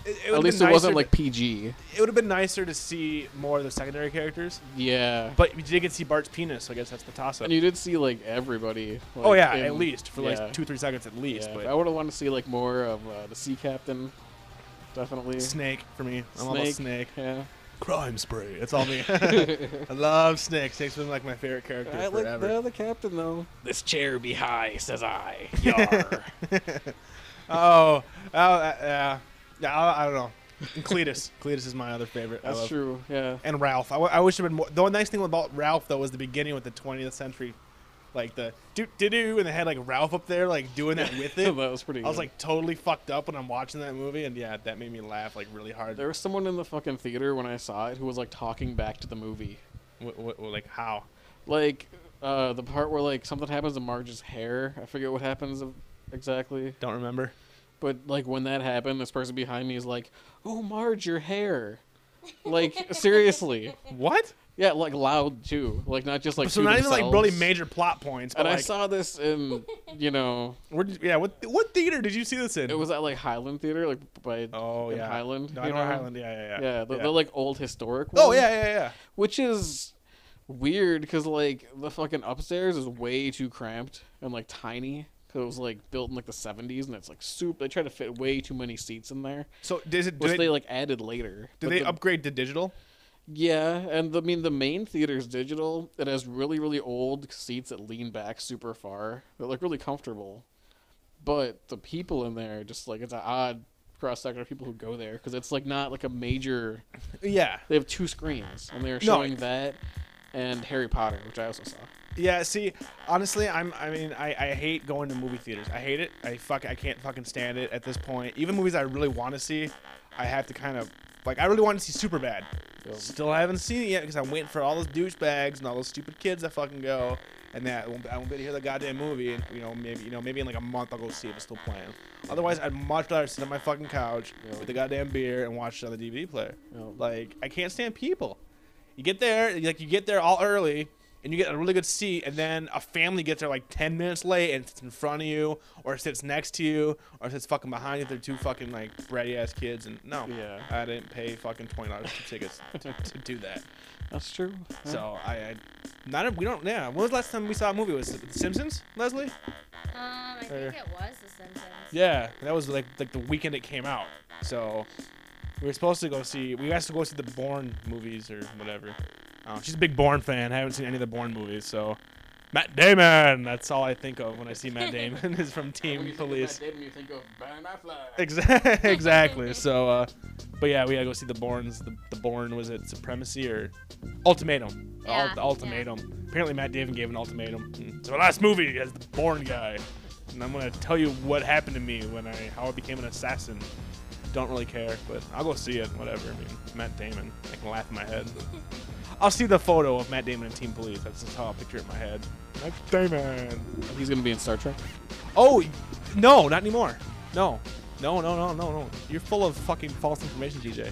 Speaker 1: it, it
Speaker 2: At
Speaker 1: would've
Speaker 2: least
Speaker 1: been
Speaker 2: it wasn't
Speaker 1: nicer-
Speaker 2: like PG.
Speaker 1: it would have been nicer to see more of the secondary characters.
Speaker 2: Yeah.
Speaker 1: But we did get to see Bart's penis, so I guess that's the toss up.
Speaker 2: and you did see like everybody. Like,
Speaker 1: oh yeah,
Speaker 2: in-
Speaker 1: at least for like
Speaker 2: yeah.
Speaker 1: two three seconds at least.
Speaker 2: Yeah,
Speaker 1: but
Speaker 2: I would have wanted to see like more of uh, the sea captain. Definitely.
Speaker 1: snake for me. I'm all about snake.
Speaker 2: Yeah.
Speaker 1: Crime spree. That's all me. (laughs) I love Snake. Snake's been like my favorite character
Speaker 2: I like
Speaker 1: forever.
Speaker 2: the other captain though. This chair be high, says I. Yar.
Speaker 1: Oh, oh, uh, yeah, yeah. I, I don't know. And
Speaker 2: (laughs)
Speaker 1: Cletus. Cletus is my other favorite. I
Speaker 2: That's
Speaker 1: love-
Speaker 2: true. Yeah. (laughs)
Speaker 1: And Ralph. I, w- I wish it had been more. The nice thing about Ralph though was the beginning with the 20th century, like the do do do, and they had like Ralph up there like doing that with it.
Speaker 2: (laughs) that was pretty.
Speaker 1: I was
Speaker 2: good.
Speaker 1: like totally fucked up when I'm watching that movie, and yeah, that made me laugh like really hard.
Speaker 2: there was someone in the fucking theater when I saw it who was like talking back to the movie,
Speaker 1: W- w- w- like how?
Speaker 2: like uh, the part where like something happens to Marge's hair. I forget what happens exactly,
Speaker 1: Don't remember.
Speaker 2: but like when that happened, this person behind me is like, "Oh, Marge, your hair."
Speaker 1: (laughs)
Speaker 2: Like seriously,
Speaker 1: What?
Speaker 2: yeah, like loud too, like not just like.
Speaker 1: so
Speaker 2: to
Speaker 1: not even like really
Speaker 2: themselves.
Speaker 1: major plot points. But
Speaker 2: And I
Speaker 1: like,
Speaker 2: saw this in, you know,
Speaker 1: where did, yeah, what what theater did you see this in?
Speaker 2: it was at like Highland Theator, like by
Speaker 1: oh
Speaker 2: in
Speaker 1: yeah,
Speaker 2: Highland.
Speaker 1: No, I
Speaker 2: you
Speaker 1: know
Speaker 2: know?
Speaker 1: Highland. Yeah, yeah, yeah.
Speaker 2: Yeah, the, the like old historic.
Speaker 1: oh
Speaker 2: one.
Speaker 1: yeah, yeah, yeah.
Speaker 2: which is weird because like the fucking upstairs is way too cramped and like tiny because it was like built in like the 70s and it's like soup they try to fit way too many seats in there
Speaker 1: So does it? Do
Speaker 2: which
Speaker 1: they,
Speaker 2: they, like added later
Speaker 1: do
Speaker 2: But
Speaker 1: they
Speaker 2: the-
Speaker 1: upgrade to digital?
Speaker 2: yeah and the, i mean the main theater is digital it has really really old seats that lean back super far they're like really comfortable but the people in there just like it's an odd cross section of people who go there because it's like not like a major
Speaker 1: Yeah,
Speaker 2: they have two screens and they're
Speaker 1: No,
Speaker 2: showing that and harry potter which i also saw
Speaker 1: yeah. See, honestly, I'm. I mean, I, I hate going to movie theaters. I hate it. I fuck. I can't fucking stand it at this point. Even movies I really want to see, I have to kind of like. I really want to see Superbad.
Speaker 2: Yeah.
Speaker 1: Still haven't seen it yet because I'm waiting for all those douchebags and all those stupid kids that fucking go. And that I won't, I won't be able to hear the goddamn movie. And, you know, maybe you know, maybe in like a month I'll go see if it's still playing. Otherwise, I'd much rather sit on my fucking couch
Speaker 2: Yeah.
Speaker 1: with a goddamn beer and watch it on the DVD player.
Speaker 2: Yeah.
Speaker 1: Like I can't stand people. You get there, like you get there all early, and you get a really good seat, and then a family gets there like ten minutes late and sits in front of you, or sits next to you, or sits fucking behind you. They're two fucking like bratty ass kids, and no,
Speaker 2: Yeah.
Speaker 1: I didn't pay fucking twenty dollars for tickets to, to do that.
Speaker 2: That's true.
Speaker 1: So I, I not a, we don't. Yeah, when was the last time we saw a movie? Was it The Simpsons, Leslie?
Speaker 3: Um, I think
Speaker 1: Or-
Speaker 3: it was The Simpsons.
Speaker 1: Yeah, that was like like the weekend it came out. So we were supposed to go see. We were asked to go see the Bourne movies or whatever. Uh, she's a big Bourne fan. haven't seen any of the Bourne movies, so Matt Damon. That's all I think of when I see
Speaker 2: (laughs)
Speaker 1: Matt Damon is from Team Police.
Speaker 2: you think of Ben Affleck.
Speaker 1: Exa- (laughs)
Speaker 3: (laughs)
Speaker 1: exactly. So, uh, but yeah, we had to go see the Bournes. The, the Bourne was it Supremacy or Ultimatum? The ul-
Speaker 3: Yeah,
Speaker 1: the ultimatum. Apparently, Matt Damon gave an ultimatum. It's my last movie as the Bourne guy, and I'm gonna tell you what happened to me when I how I became an assassin. Don't really care, but I'll go see it. Whatever. I mean, Matt Damon. I can laugh in my
Speaker 3: (laughs)
Speaker 1: head. I'll see the photo of Matt Damon and Team Police. That's just how I picture it in my head. Matt Damon.
Speaker 2: He's gonna be in Star Trek.
Speaker 1: Oh, no, not anymore. No, no, no, no, no, no. You're full of fucking false information, DJ.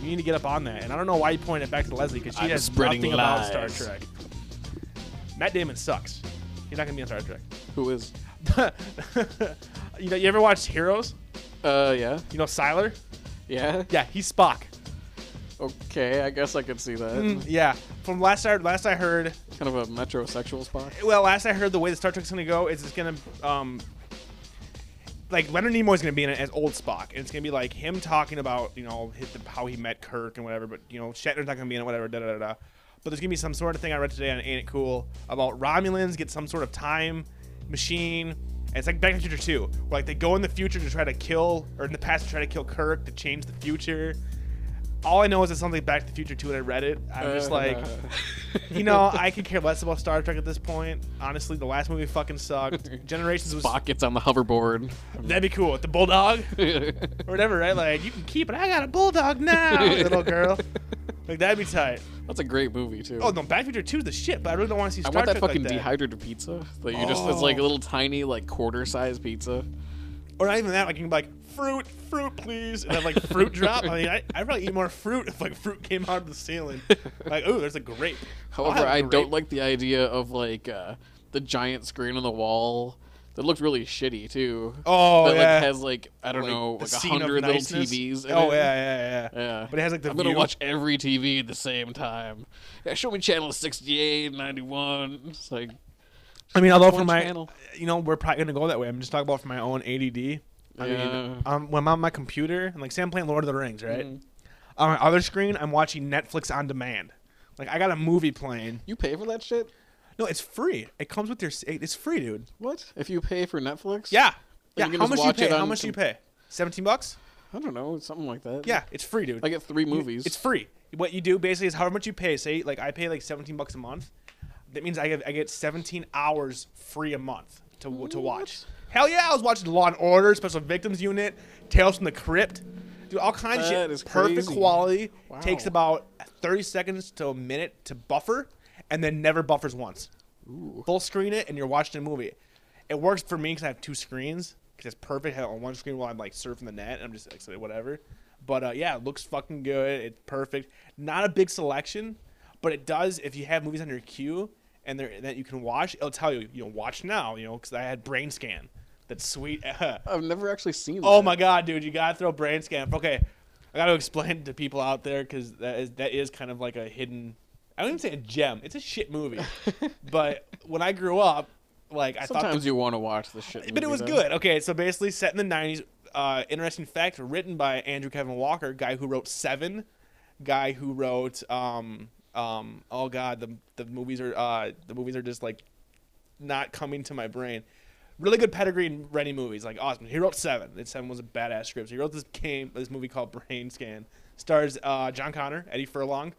Speaker 1: You need to get up on that. And I don't know why you pointed it back to Leslie because she
Speaker 2: I'm
Speaker 1: has
Speaker 2: spreading
Speaker 1: nothing about
Speaker 2: lies.
Speaker 1: Star Trek. Matt Damon sucks. He's not gonna be on Star Trek. (laughs)
Speaker 2: Who is?
Speaker 1: you know, you ever watched Heroes?
Speaker 2: Uh, yeah,
Speaker 1: You know Siler?
Speaker 2: yeah.
Speaker 1: Yeah, he's Spock.
Speaker 2: Okay, I guess I could see that.
Speaker 1: Mm, yeah. From last I last I heard,
Speaker 2: Kind of a metrosexual spot.
Speaker 1: well, last I heard, the way the Star Trek's gonna go is it's gonna um, like Leonard Nimoy's gonna be in it as old Spock, and it's gonna be like him talking about you know hit the, how he met Kirk and whatever, but you know Shatner's not gonna be in it, whatever, da da da da. But there's gonna be some sort of thing I read today on Ain't It Cool about Romulans get some sort of time machine. And it's like Back to the Future 2, where like they go in the future to try to kill, or in the past to try to kill Kirk to change the future. All I know is it's something Back to the Future 2, and I read it. I'm just
Speaker 2: Uh,
Speaker 1: like, you know, I could care less about Star Trek at this point. Honestly, the last movie fucking sucked.
Speaker 2: (laughs)
Speaker 1: Generations was
Speaker 2: Spock gets on the hoverboard. (laughs)
Speaker 1: that'd be cool. The bulldog or whatever, right? Like you can keep it. I got a bulldog now, little
Speaker 2: (laughs)
Speaker 1: girl. Like that'd be tight.
Speaker 2: That's a great movie too.
Speaker 1: Oh no, Back to the Future Two is the shit, but I really don't want to see
Speaker 2: I
Speaker 1: Star
Speaker 2: want that
Speaker 1: Trek
Speaker 2: fucking
Speaker 1: like that.
Speaker 2: dehydrated pizza that you just it's like a
Speaker 1: Oh.
Speaker 2: little tiny like quarter size pizza.
Speaker 1: Or not even that. Like you can be like fruit, fruit, please, and have like fruit drop. I mean, I, I'd probably eat more fruit if like fruit came out of the
Speaker 2: (laughs)
Speaker 1: ceiling. Like oh, there's a grape. I'll
Speaker 2: However,
Speaker 1: have a
Speaker 2: I don't
Speaker 1: grape.
Speaker 2: like the idea of like uh, the giant screen on the wall that looked really shitty too.
Speaker 1: Oh,
Speaker 2: that
Speaker 1: yeah.
Speaker 2: like has like I don't
Speaker 1: Like,
Speaker 2: know
Speaker 1: the
Speaker 2: like a
Speaker 1: scene of
Speaker 2: hundred little
Speaker 1: niceness.
Speaker 2: TVs. In
Speaker 1: Oh
Speaker 2: it.
Speaker 1: yeah, yeah, yeah.
Speaker 2: Yeah.
Speaker 1: But it has like the
Speaker 2: I'm gonna
Speaker 1: view.
Speaker 2: watch every TV at the same time. Yeah, show me channel 68, 91. It's like
Speaker 1: I mean, although for
Speaker 2: One
Speaker 1: my,
Speaker 2: channel.
Speaker 1: you know, we're probably gonna go that way. I'm just talking about for my own ADD. I
Speaker 2: Yeah. Mm-hmm.
Speaker 1: mean, um, when I'm on my computer and like say I'm playing Lord of the Rings, right? On my other screen, I'm watching Netflix on demand. Like I got a movie playing.
Speaker 2: you pay for that shit.
Speaker 1: No, it's free. It comes with your. s- It's free, dude.
Speaker 2: What if you pay for Netflix?
Speaker 1: Yeah, yeah.
Speaker 2: Then you can
Speaker 1: How
Speaker 2: just
Speaker 1: much you
Speaker 2: watch
Speaker 1: pay?
Speaker 2: it
Speaker 1: How
Speaker 2: on
Speaker 1: much do you
Speaker 2: com-
Speaker 1: pay? Seventeen bucks.
Speaker 2: I don't know, something like that.
Speaker 1: Yeah, it's free, dude.
Speaker 2: I get three
Speaker 1: You-
Speaker 2: movies.
Speaker 1: It's free. What you do basically is however much you pay. Say like I pay like seventeen bucks a month. That means I get I get seventeen hours free a month to w- to watch. Hell yeah! I was watching Law and Order, Special Victims Unit, Tales from the Crypt, dude, all kinds of
Speaker 2: That
Speaker 1: shit.
Speaker 2: is
Speaker 1: Perfect
Speaker 2: crazy.
Speaker 1: quality.
Speaker 2: Wow.
Speaker 1: Takes about thirty seconds to a minute to buffer, and then never buffers once. Full screen it, and you're watching a movie. It works for me because I have two screens. Because it's perfect. I have it on one screen while I'm like surfing the net, and I'm just like say whatever. But uh, yeah, it looks fucking good. It's perfect. Not a big selection, but it does. If you have movies on your queue and they're, that you can watch, it'll tell you. You know, watch now. You know, because I had Brain Scan. That's sweet. (laughs)
Speaker 2: I've never actually seen.
Speaker 1: Oh
Speaker 2: that.
Speaker 1: my god, dude, you gotta throw brain scan. Okay, I gotta explain to people out there because that is that is kind of like a hidden. I don't even say a gem. It's a shit movie. but when I grew up, like I thought,
Speaker 2: Sometimes
Speaker 1: the-
Speaker 2: you want to watch the shit.
Speaker 1: but it
Speaker 2: movie,
Speaker 1: was
Speaker 2: though.
Speaker 1: good. Okay, so basically set in the '90s. Uh, interesting fact, written by Andrew Kevin Walker, guy who wrote Seven, guy who wrote um um oh god the the movies are uh the movies are just like not coming to my brain. Really good pedigree in Rennie movies, like awesome. He wrote Seven. And Seven was a badass script. He wrote this game, this movie called Brain Scan. Stars uh, John Connor, Eddie Furlong.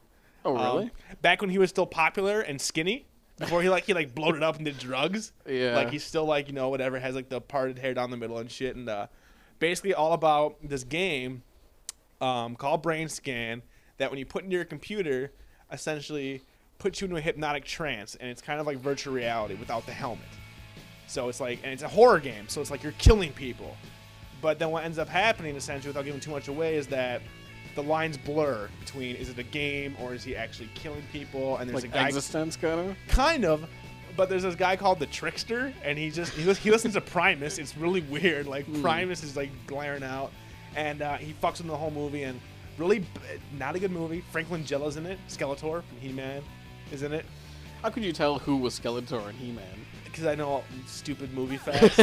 Speaker 2: Oh
Speaker 1: Um,
Speaker 2: really?
Speaker 1: back when he was still popular and skinny, before he like he like bloated up and did drugs.
Speaker 2: Yeah.
Speaker 1: Like he's still like you know whatever has like the parted hair down the middle and shit and uh, basically all about this game um, called Brain Scan that when you put into your computer, essentially puts you into a hypnotic trance, and it's kind of like virtual reality without the helmet. So it's like, and it's a horror game, so it's like you're killing people. But then what ends up happening, essentially, without giving too much away, is that the lines blur between is it a game or is he actually killing people? And there's
Speaker 2: Like
Speaker 1: a guy
Speaker 2: existence kind of.
Speaker 1: kind of but there's this guy called the trickster and he just he, lis- he listens to primus it's really weird like
Speaker 2: Hmm.
Speaker 1: primus is like glaring out and uh, he fucks him the whole movie and really b- not a good movie franklin jella's in it skeletor from he-man is in it
Speaker 2: How could you tell who was Skeletor and He Man?
Speaker 1: because i know all stupid movie
Speaker 2: (laughs)
Speaker 1: facts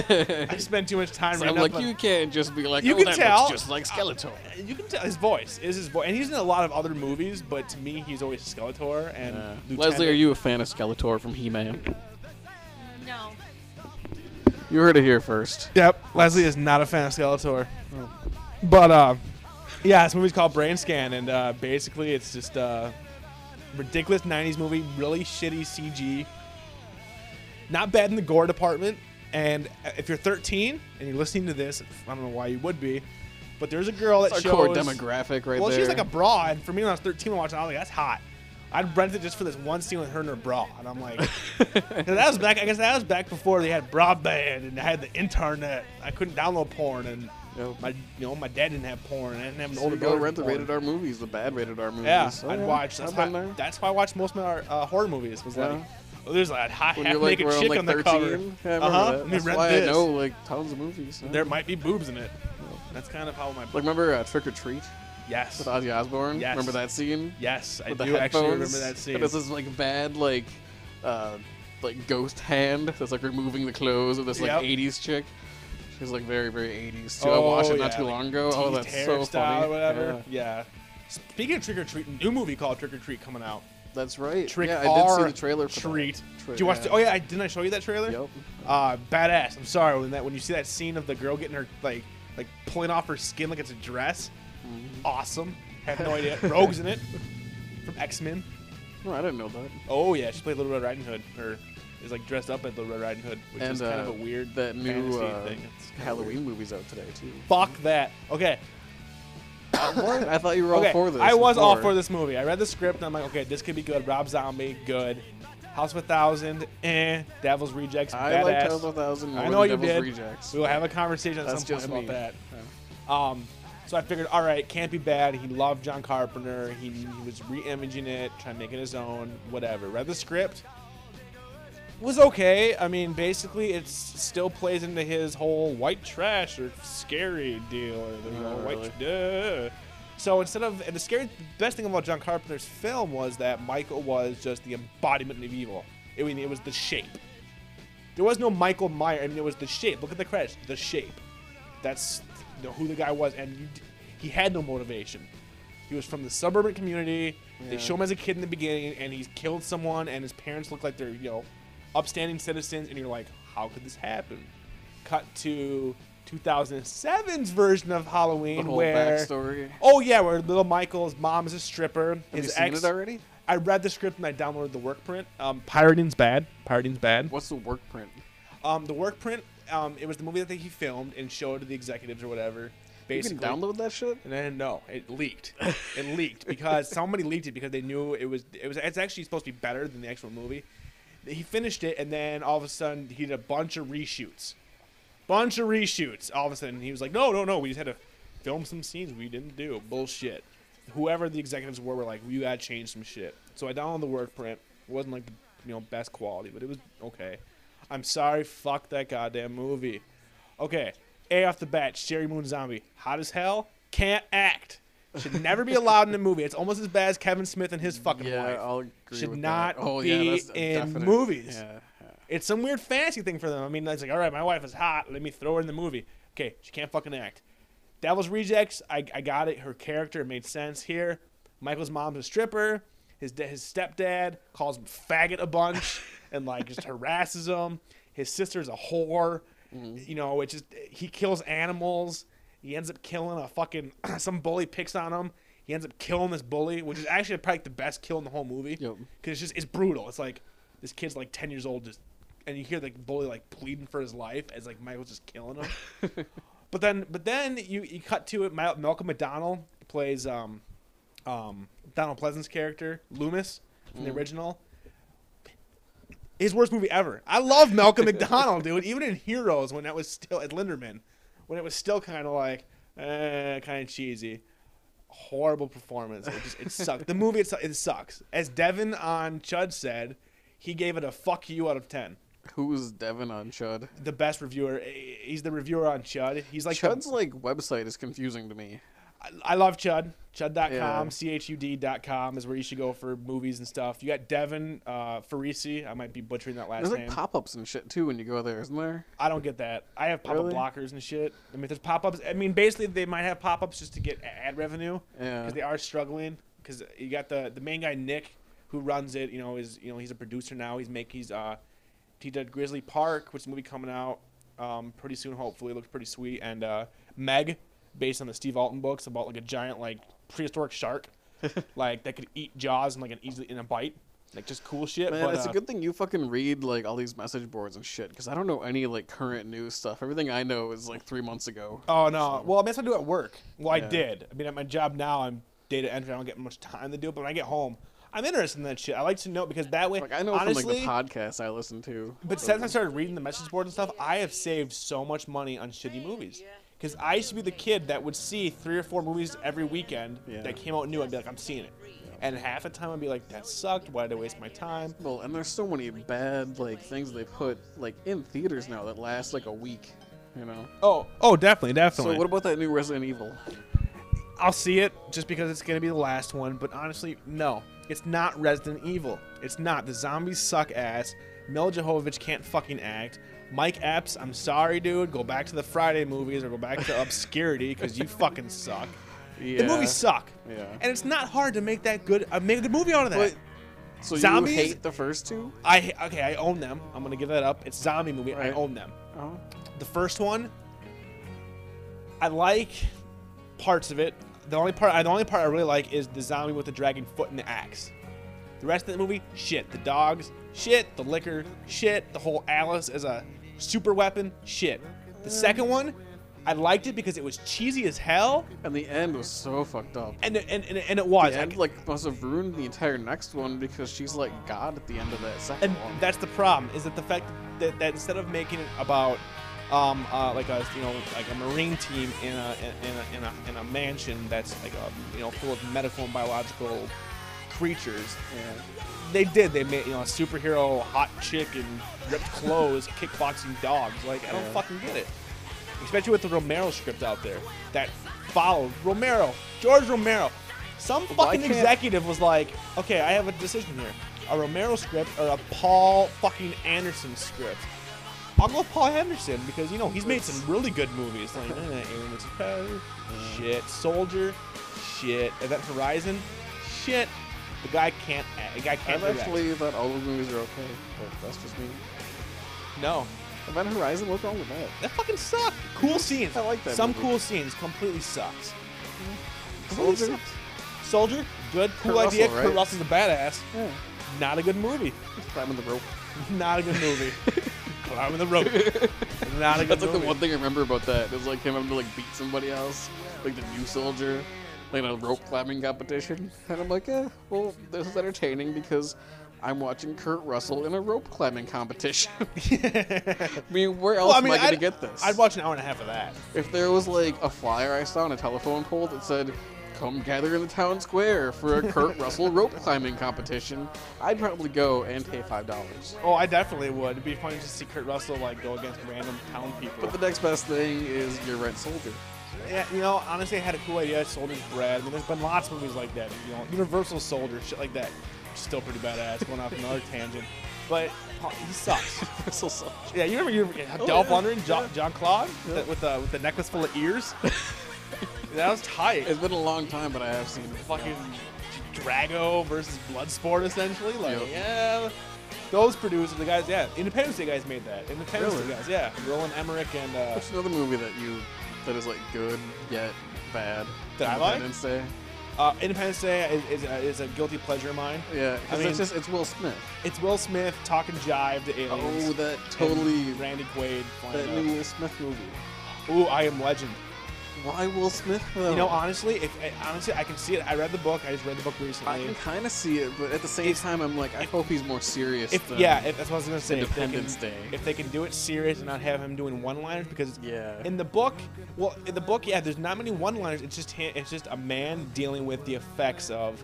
Speaker 1: i spend too much time
Speaker 2: I'm
Speaker 1: right
Speaker 2: like, you can't just be like,
Speaker 1: You
Speaker 2: oh,
Speaker 1: can
Speaker 2: that
Speaker 1: tell-
Speaker 2: looks just like Skeletor.
Speaker 1: you can tell his voice is his voice and he's in a lot of other movies but to me he's always skeletor and
Speaker 2: Uh,
Speaker 1: Lieutenant-
Speaker 2: Leslie, are you a fan of Skeletor from He Man?
Speaker 3: No.
Speaker 2: You heard it here first.
Speaker 1: Yep, Leslie is not a fan of Skeletor. But uh, yeah, this movie's called Brain Scan, and uh, basically it's just uh, ridiculous '90s movie, really shitty CG. Not bad in the gore department, and uh, if you're 13 and you're listening to this, I don't know why you would be, but there's a girl that
Speaker 2: Our
Speaker 1: shows
Speaker 2: core demographic, right
Speaker 1: well,
Speaker 2: there.
Speaker 1: she's like a bra, and for me when I was 13 and watching, I was like, that's hot. I'd rent it just for this one scene with her in her bra, and I'm
Speaker 2: (laughs)
Speaker 1: like, 'cause that was back. I guess that was back before they had broadband and I had the internet. I couldn't download porn, and
Speaker 2: Yep.
Speaker 1: my you know my dad didn't have porn. and I didn't have an
Speaker 2: So
Speaker 1: older
Speaker 2: we go
Speaker 1: brother
Speaker 2: rent the
Speaker 1: porn.
Speaker 2: rated R movies, the bad rated R movies.
Speaker 1: Yeah,
Speaker 2: Oh,
Speaker 1: I'd
Speaker 2: yeah.
Speaker 1: watch. That's
Speaker 2: I've
Speaker 1: why,
Speaker 2: been there.
Speaker 1: that's why I watched most of my uh, horror movies. Was like,
Speaker 2: Yeah.
Speaker 1: oh, there's that hot
Speaker 2: When you're
Speaker 1: half
Speaker 2: like
Speaker 1: naked
Speaker 2: around
Speaker 1: chick
Speaker 2: like
Speaker 1: on the cover.
Speaker 2: 13, yeah, I remember
Speaker 1: Uh-huh,
Speaker 2: that.
Speaker 1: let me
Speaker 2: That's
Speaker 1: rent
Speaker 2: why I
Speaker 1: this.
Speaker 2: know like tons of movies. yeah.
Speaker 1: There might be boobs in it. That's kind of how my
Speaker 2: Like remember uh, Trick or Treat
Speaker 1: yes,
Speaker 2: with Ozzy Osbourne?
Speaker 1: Yes.
Speaker 2: Remember that scene?
Speaker 1: yes, I
Speaker 2: With the
Speaker 1: do actually
Speaker 2: headphones?
Speaker 1: remember that scene.
Speaker 2: And it's this like bad like uh, like ghost hand that's like removing the clothes of this like
Speaker 1: Yep.
Speaker 2: 80s chick. She's like very very 80s too. I
Speaker 1: Oh,
Speaker 2: watched it not
Speaker 1: yeah,
Speaker 2: too
Speaker 1: like
Speaker 2: long ago. Oh,
Speaker 1: teased
Speaker 2: that's so
Speaker 1: hairstyle
Speaker 2: funny.
Speaker 1: Or whatever. Yeah. Speaking of Trick or Treat, new movie called Trick or Treat coming out.
Speaker 2: Yeah. That's right.
Speaker 1: Trick
Speaker 2: yeah,
Speaker 1: or
Speaker 2: I did see the trailer for
Speaker 1: Treat.
Speaker 2: That.
Speaker 1: Did you watch? The, oh yeah, I, didn't I show you that trailer?
Speaker 2: Yep.
Speaker 1: Uh, badass. I'm sorry when that when you see that scene of the girl getting her like like pulling off her skin like it's a dress.
Speaker 2: Mm-hmm.
Speaker 1: Awesome. Have no
Speaker 2: (laughs)
Speaker 1: idea. Rogue's in it from X Men.
Speaker 2: No, I didn't know that.
Speaker 1: Oh yeah, she played Little Red Riding Hood. Or is like dressed up as Little Red Riding Hood, which
Speaker 2: and
Speaker 1: is kind
Speaker 2: uh,
Speaker 1: of a weird
Speaker 2: that new
Speaker 1: fantasy
Speaker 2: uh,
Speaker 1: thing. It's kinda
Speaker 2: Halloween
Speaker 1: weird.
Speaker 2: movie's out today too.
Speaker 1: Fuck that. Okay.
Speaker 2: I thought you were all
Speaker 1: okay,
Speaker 2: for this.
Speaker 1: I was all
Speaker 2: before.
Speaker 1: for this movie. I read the script and I'm like, okay, this could be good. Rob Zombie, good. House of a Thousand, eh. Devil's Rejects,
Speaker 2: I
Speaker 1: badass.
Speaker 2: like Tales of a Thousand more
Speaker 1: I know you
Speaker 2: than
Speaker 1: did.
Speaker 2: Devil's Rejects.
Speaker 1: We will have a conversation at
Speaker 2: That's
Speaker 1: some
Speaker 2: just
Speaker 1: point
Speaker 2: me.
Speaker 1: about that. Um, so I figured, all right, can't be bad. He loved John Carpenter. He, he was re-imaging it, trying to make it his own, whatever. Read the script. Was okay. I mean, basically, it still plays into his whole white trash or scary deal, or the you know,
Speaker 2: Not
Speaker 1: white. duh. So instead of and the scary, best thing about John Carpenter's film was that Michael was just the embodiment of evil. I mean, it was the shape. There was no Michael Meyer. I mean, it was the shape. Look at the credits. The shape. That's you know, who the guy was, and you, d- he had no motivation. He was from the suburban community. They
Speaker 2: Yeah.
Speaker 1: show him as a kid in the beginning, and he's killed someone, and his parents look like they're you know upstanding citizens, and you're like, how could this happen? Cut to 2007's version of
Speaker 2: The
Speaker 1: Halloween
Speaker 2: whole
Speaker 1: where
Speaker 2: backstory.
Speaker 1: oh yeah, where little Michael's mom is a stripper.
Speaker 2: Have
Speaker 1: his
Speaker 2: you seen
Speaker 1: ex.
Speaker 2: it already?
Speaker 1: I read the script and I downloaded the work print. Um, pirating's bad. Pirating's bad.
Speaker 2: What's the work print?
Speaker 1: Um, the work print. Um, it was the movie that he filmed and showed to the executives or whatever. Basically,
Speaker 2: You can download that shit.
Speaker 1: and then no, it leaked. It leaked
Speaker 2: (laughs)
Speaker 1: because somebody leaked it because they knew it was it was it's actually supposed to be better than the actual movie. He finished it and then all of a sudden he did a bunch of reshoots. Bunch of reshoots. All of a sudden he was like, "No, no, no, we just had to film some scenes we didn't do." Bullshit. Whoever the executives were were like, "You got to change some shit." So I downloaded the work print. It wasn't like, you know, best quality, but it was okay. I'm sorry, fuck that goddamn movie. Okay, A off the bat, Sherry Moon Zombie, hot as hell, can't act. Should never be allowed in a movie. It's almost as bad as Kevin Smith and his fucking wife.
Speaker 2: I'll agree
Speaker 1: Should
Speaker 2: with
Speaker 1: not
Speaker 2: that. Oh,
Speaker 1: be
Speaker 2: yeah, that's a
Speaker 1: in
Speaker 2: definite-
Speaker 1: movies.
Speaker 2: Yeah, yeah.
Speaker 1: It's some weird fancy thing for them. I mean, it's like, all right, my wife is hot. Let me throw her in the movie. Okay, she can't fucking act. Devil's Rejects, I, I got it. Her character made sense here. Michael's mom's a stripper. His da- his stepdad calls him faggot a bunch and like just harasses him. His sister's a whore. You know, it just he kills animals. He ends up killing a fucking (clears throat) some bully picks on him. He ends up killing this bully, which is actually probably the best kill in the whole movie.
Speaker 2: Yep.
Speaker 1: Cause it's just it's brutal. It's like this kid's like ten years old, just and you hear the bully like pleading for his life as like Michael's just killing him. But then, but then you, you cut to it. Mal- Malcolm McDonald plays um, um, Donald Pleasant's character Loomis from the original. His worst movie ever. I love Malcolm McDonald, dude. Even in Heroes, when that was still at Linderman, when it was still kind of like eh, kind of cheesy, horrible performance. It just it sucked. The movie itself it sucks. As Devin on Chud said, he gave it a fuck you out of ten.
Speaker 2: Who's Devin on Chud?
Speaker 1: The best reviewer. eh, He's the reviewer on Chud. He's like the-
Speaker 2: Chud's like website is confusing to me.
Speaker 1: I- I love Chud. Chud.com,
Speaker 2: Yeah.
Speaker 1: C-H-U-D.com is where you should go for movies and stuff. You got Devin uh, Farisi. I might be butchering that last
Speaker 2: There's like
Speaker 1: name.
Speaker 2: pop-ups and shit too when you go there, isn't there?
Speaker 1: I don't get that. I have pop-up
Speaker 2: Really?
Speaker 1: blockers and shit. I mean, if there's pop-ups. I mean, basically, they might have pop-ups just to get a- ad revenue
Speaker 2: Yeah.
Speaker 1: because they are struggling. Because you got the the main guy Nick, who runs it. You know, is you know he's a producer now. He's make he's uh, he did Grizzly Park, which is a movie coming out um pretty soon. Hopefully, looks pretty sweet. And uh, Meg, based on the Steve Alton books, about like a giant like prehistoric shark,
Speaker 2: (laughs)
Speaker 1: like that could eat jaws and like an easily in a bite, like just cool shit.
Speaker 2: Man,
Speaker 1: but,
Speaker 2: it's
Speaker 1: uh,
Speaker 2: a good thing you fucking read like all these message boards and shit because I don't know any like current news stuff. Everything I know is like three months ago.
Speaker 1: Oh no. Well, I mean, that's what I do at work. Well, I
Speaker 2: Yeah.
Speaker 1: did. I mean, at my job now, I'm data entry. I don't get much time to do it, but when I get home, I'm interested in that shit. I like to know because that way,
Speaker 2: Like I know
Speaker 1: honestly.
Speaker 2: from like the podcasts I listen to.
Speaker 1: but since I started reading the message board and stuff, I have saved so much money on shitty movies. Because I used to be the kid that would see three or four movies every weekend
Speaker 2: Yeah.
Speaker 1: that came out new. I'd be like, I'm seeing it. And half the time I'd be like, that sucked. Why did I waste my time?
Speaker 2: Well, and there's so many bad like things they put like in theaters now that last like a week, you know.
Speaker 1: Oh, oh, definitely,
Speaker 2: So
Speaker 1: definitely.
Speaker 2: what about that new Resident Evil?
Speaker 1: I'll see it just because it's gonna be the last one, but honestly, no. It's not Resident Evil. It's not. The zombies suck ass. Mel Jovovich can't fucking act. Mike Epps, I'm sorry, dude. Go back to the Friday movies or go back to obscurity because you fucking suck.
Speaker 2: Yeah.
Speaker 1: The movies suck.
Speaker 2: Yeah.
Speaker 1: And it's not hard to make that good. Uh, make a good movie out of that.
Speaker 2: But so
Speaker 1: Zombies-
Speaker 2: you hate the first two?
Speaker 1: I okay. I own them. I'm gonna give that up. It's zombie movie. I
Speaker 2: Right.
Speaker 1: own them.
Speaker 2: Oh.
Speaker 1: The first one, I like parts of it. The only part, the only part I really like is the zombie with the dragon foot and the axe. The rest of the movie, shit. The dogs, shit. The liquor, shit. The whole Alice as a super weapon, shit. The second one, I liked it because it was cheesy as hell,
Speaker 2: And the end was so fucked up.
Speaker 1: and and and, and it was.
Speaker 2: The end like must have ruined the entire next one because she's like God at the end of that second
Speaker 1: and
Speaker 2: one.
Speaker 1: that's the problem is that the fact that, that instead of making it about um, uh, like a you know like a marine team in a in a, in a in a mansion that's like a you know full of medical and biological creatures
Speaker 2: Yeah.
Speaker 1: they did they made you know a superhero hot chick and ripped clothes (laughs) kickboxing dogs like i don't
Speaker 2: Yeah.
Speaker 1: fucking get it especially with the romero script out there that followed romero george romero some fucking
Speaker 2: can't-
Speaker 1: executive was like okay i have a decision here a romero script or a paul fucking anderson script i'll go with paul anderson because you know he's made some really good movies like uh, alien Express, shit soldier shit event horizon shit the guy can't act. The guy can't
Speaker 2: I've
Speaker 1: direct.
Speaker 2: actually thought all the movies are okay, but that's just me.
Speaker 1: No.
Speaker 2: Event Horizon, what's wrong with that?
Speaker 1: That fucking sucked. Cool scenes.
Speaker 2: I like that
Speaker 1: Some
Speaker 2: movie.
Speaker 1: cool scenes completely sucks. Completely
Speaker 2: Soldier?
Speaker 1: sucks. Soldier, good, cool
Speaker 2: Kurt
Speaker 1: idea.
Speaker 2: Russell, right?
Speaker 1: Kurt Russell's a badass.
Speaker 2: Yeah.
Speaker 1: Not a good movie. (laughs)
Speaker 2: Just climbing the rope.
Speaker 1: Not a good
Speaker 2: (laughs)
Speaker 1: movie. Climbing the rope. Not a good
Speaker 2: That's like
Speaker 1: movie.
Speaker 2: the one thing I remember about that. Is like him having to like beat somebody else, like the new soldier, like in a rope climbing competition. And I'm like, yeah, well, this is entertaining because I'm watching Kurt Russell in a rope climbing competition. (laughs) I mean, where else
Speaker 1: well, I mean,
Speaker 2: am I gonna
Speaker 1: I'd,
Speaker 2: get this?
Speaker 1: I'd watch an hour and a half of that.
Speaker 2: if there was like a flyer I saw on a telephone pole that said, "Come gather in the town square for
Speaker 1: (laughs)
Speaker 2: a Kurt Russell rope climbing competition," I'd probably go and pay five dollars.
Speaker 1: Oh, I definitely would. It'd be funny to see Kurt Russell like go against random town people.
Speaker 2: But the next best thing is your red soldier. (laughs)
Speaker 1: Yeah, you know, honestly, I had a cool idea. Soldier's Brad. I mean, there's been lots of movies like that. You know, Universal Soldier, shit like that. Still pretty badass. Going off
Speaker 2: (laughs)
Speaker 1: another tangent, but oh, he sucks.
Speaker 2: Russell soldier.
Speaker 1: Yeah, you remember you yeah,
Speaker 2: Oh,
Speaker 1: Dolph
Speaker 2: yeah,
Speaker 1: Lundgren, John,
Speaker 2: yeah.
Speaker 1: John Claude,
Speaker 2: Yeah.
Speaker 1: that- with the with the necklace full of
Speaker 2: (laughs)
Speaker 1: ears. that was tight.
Speaker 2: It's been a long time, but I have seen it.
Speaker 1: fucking Drago versus Bloodsport, essentially. Like,
Speaker 2: Yep.
Speaker 1: yeah, those producers, the guys, yeah, Independence Day guys made that. Independence
Speaker 2: Really?
Speaker 1: Day guys, yeah, Roland Emmerich and uh,
Speaker 2: What's another movie that you that is like good yet bad?
Speaker 1: That I like?
Speaker 2: Independence Day.
Speaker 1: uh, Independence Day is, is, a, is a guilty pleasure of mine.
Speaker 2: Yeah, 'cause
Speaker 1: I mean-
Speaker 2: it's just it's Will Smith.
Speaker 1: It's Will Smith talking jive to aliens.
Speaker 2: Oh, that
Speaker 1: and
Speaker 2: totally
Speaker 1: Randy Quaid.
Speaker 2: that
Speaker 1: flying
Speaker 2: new Will Smith movie.
Speaker 1: up. Ooh, I am Legend.
Speaker 2: Why Will Smith though?
Speaker 1: You know, honestly, if I- honestly, I can see it. I read the book. I just read the book
Speaker 2: I
Speaker 1: recently.
Speaker 2: can kind of see it, but at the same time, I'm like, I hope he's more serious.
Speaker 1: If
Speaker 2: than,
Speaker 1: yeah, if, that's what I was gonna say. If they
Speaker 2: Independence
Speaker 1: can-
Speaker 2: Day.
Speaker 1: If they can do it serious and not have him doing one-liners, because
Speaker 2: Yeah.
Speaker 1: in the book, well, in the book, yeah, there's not many one-liners. It's just hi- it's just a man dealing with the effects of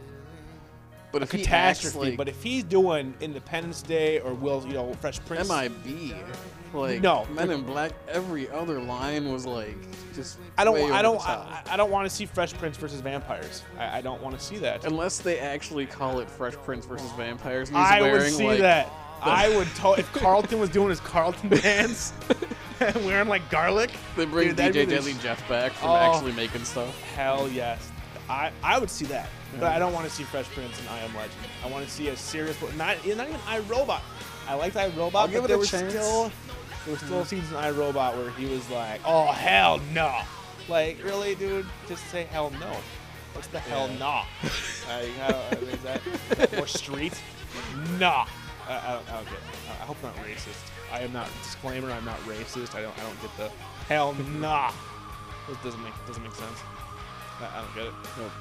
Speaker 2: but
Speaker 1: a
Speaker 2: if
Speaker 1: catastrophe.
Speaker 2: he acts like
Speaker 1: but if he's doing Independence Day or Will, you know, Fresh Prince,
Speaker 2: MIB, like
Speaker 1: No.
Speaker 2: Men in Black, every other line was like just.
Speaker 1: I don't,
Speaker 2: way over
Speaker 1: I
Speaker 2: the
Speaker 1: don't,
Speaker 2: top.
Speaker 1: I, I don't want to see Fresh Prince versus vampires. I, I don't want to see that.
Speaker 2: Unless they actually call it Fresh Prince versus Vampires, and he's
Speaker 1: I would
Speaker 2: wearing
Speaker 1: see
Speaker 2: like,
Speaker 1: that. I would. To- if Carlton was doing his Carlton (laughs) dance, and wearing like garlic,
Speaker 2: They bring
Speaker 1: dude, that'd
Speaker 2: DJ
Speaker 1: be the
Speaker 2: Deadly Jeff back from
Speaker 1: Oh.
Speaker 2: actually making stuff.
Speaker 1: Hell yes. I, I would see that. But I don't want to see Fresh Prince and I Am Legend. I want to see a serious, but not not even I Robot. I liked I
Speaker 2: I'll
Speaker 1: Robot,
Speaker 2: give
Speaker 1: but
Speaker 2: it
Speaker 1: there
Speaker 2: a
Speaker 1: were
Speaker 2: chance. Mm.
Speaker 1: still there were still scenes in I Robot where he was like, "Oh hell no!" Like really, dude, just say hell no. What's the hell
Speaker 2: Yeah. (laughs)
Speaker 1: nah? like, how, I mean, is that or street? Nah. I, I, don't, I don't get. It. I I hope I'm not racist. I am not. Disclaimer: I'm not racist. I don't. I don't get the hell nah. This doesn't make doesn't make sense. I, I don't get it.
Speaker 2: Nope.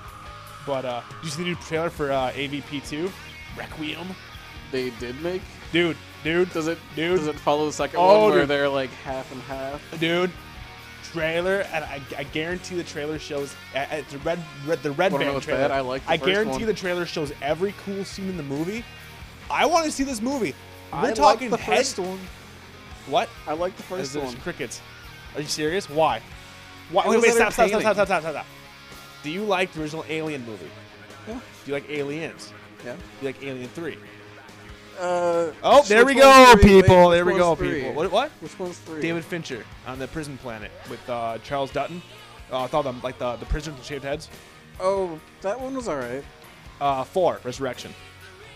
Speaker 1: But uh, did you see the new trailer for uh, AVP2? Requiem?
Speaker 2: They did make.
Speaker 1: Dude, dude,
Speaker 2: Does it?
Speaker 1: Dude.
Speaker 2: Does it follow the second one
Speaker 1: Oh,
Speaker 2: where
Speaker 1: dude.
Speaker 2: they're like half and half?
Speaker 1: dude. Trailer, and I, I guarantee the trailer shows. Uh, it's the red, red, the red
Speaker 2: Wanna know
Speaker 1: band
Speaker 2: what's
Speaker 1: trailer.
Speaker 2: bad? I like the
Speaker 1: I
Speaker 2: first
Speaker 1: guarantee
Speaker 2: one.
Speaker 1: the trailer shows every cool scene in the movie. I want to see this movie. We're
Speaker 2: I
Speaker 1: talking
Speaker 2: like the
Speaker 1: head-
Speaker 2: first one.
Speaker 1: What?
Speaker 2: I like the first
Speaker 1: Is this
Speaker 2: one.
Speaker 1: crickets? Are you serious? Why? Why?
Speaker 2: It
Speaker 1: Wait,
Speaker 2: was
Speaker 1: wait, stop, stop, stop,
Speaker 2: entertaining.
Speaker 1: stop, stop, stop, stop. Do you like the original Alien movie?
Speaker 2: Yeah.
Speaker 1: Do you like Aliens?
Speaker 2: yeah.
Speaker 1: Do you like Alien Three?
Speaker 2: Uh,
Speaker 1: Oh,
Speaker 2: so
Speaker 1: there
Speaker 2: which
Speaker 1: we go,
Speaker 2: one's three? Wait,
Speaker 1: people.
Speaker 2: which
Speaker 1: there we
Speaker 2: one's
Speaker 1: go,
Speaker 2: three?
Speaker 1: people. What? What?
Speaker 2: Which one's three?
Speaker 1: David Fincher on the Prison Planet with uh, Charles Dutton. Uh, with all them like the the prisoners with shaved heads.
Speaker 2: Oh, that one was all right.
Speaker 1: Uh, four Resurrection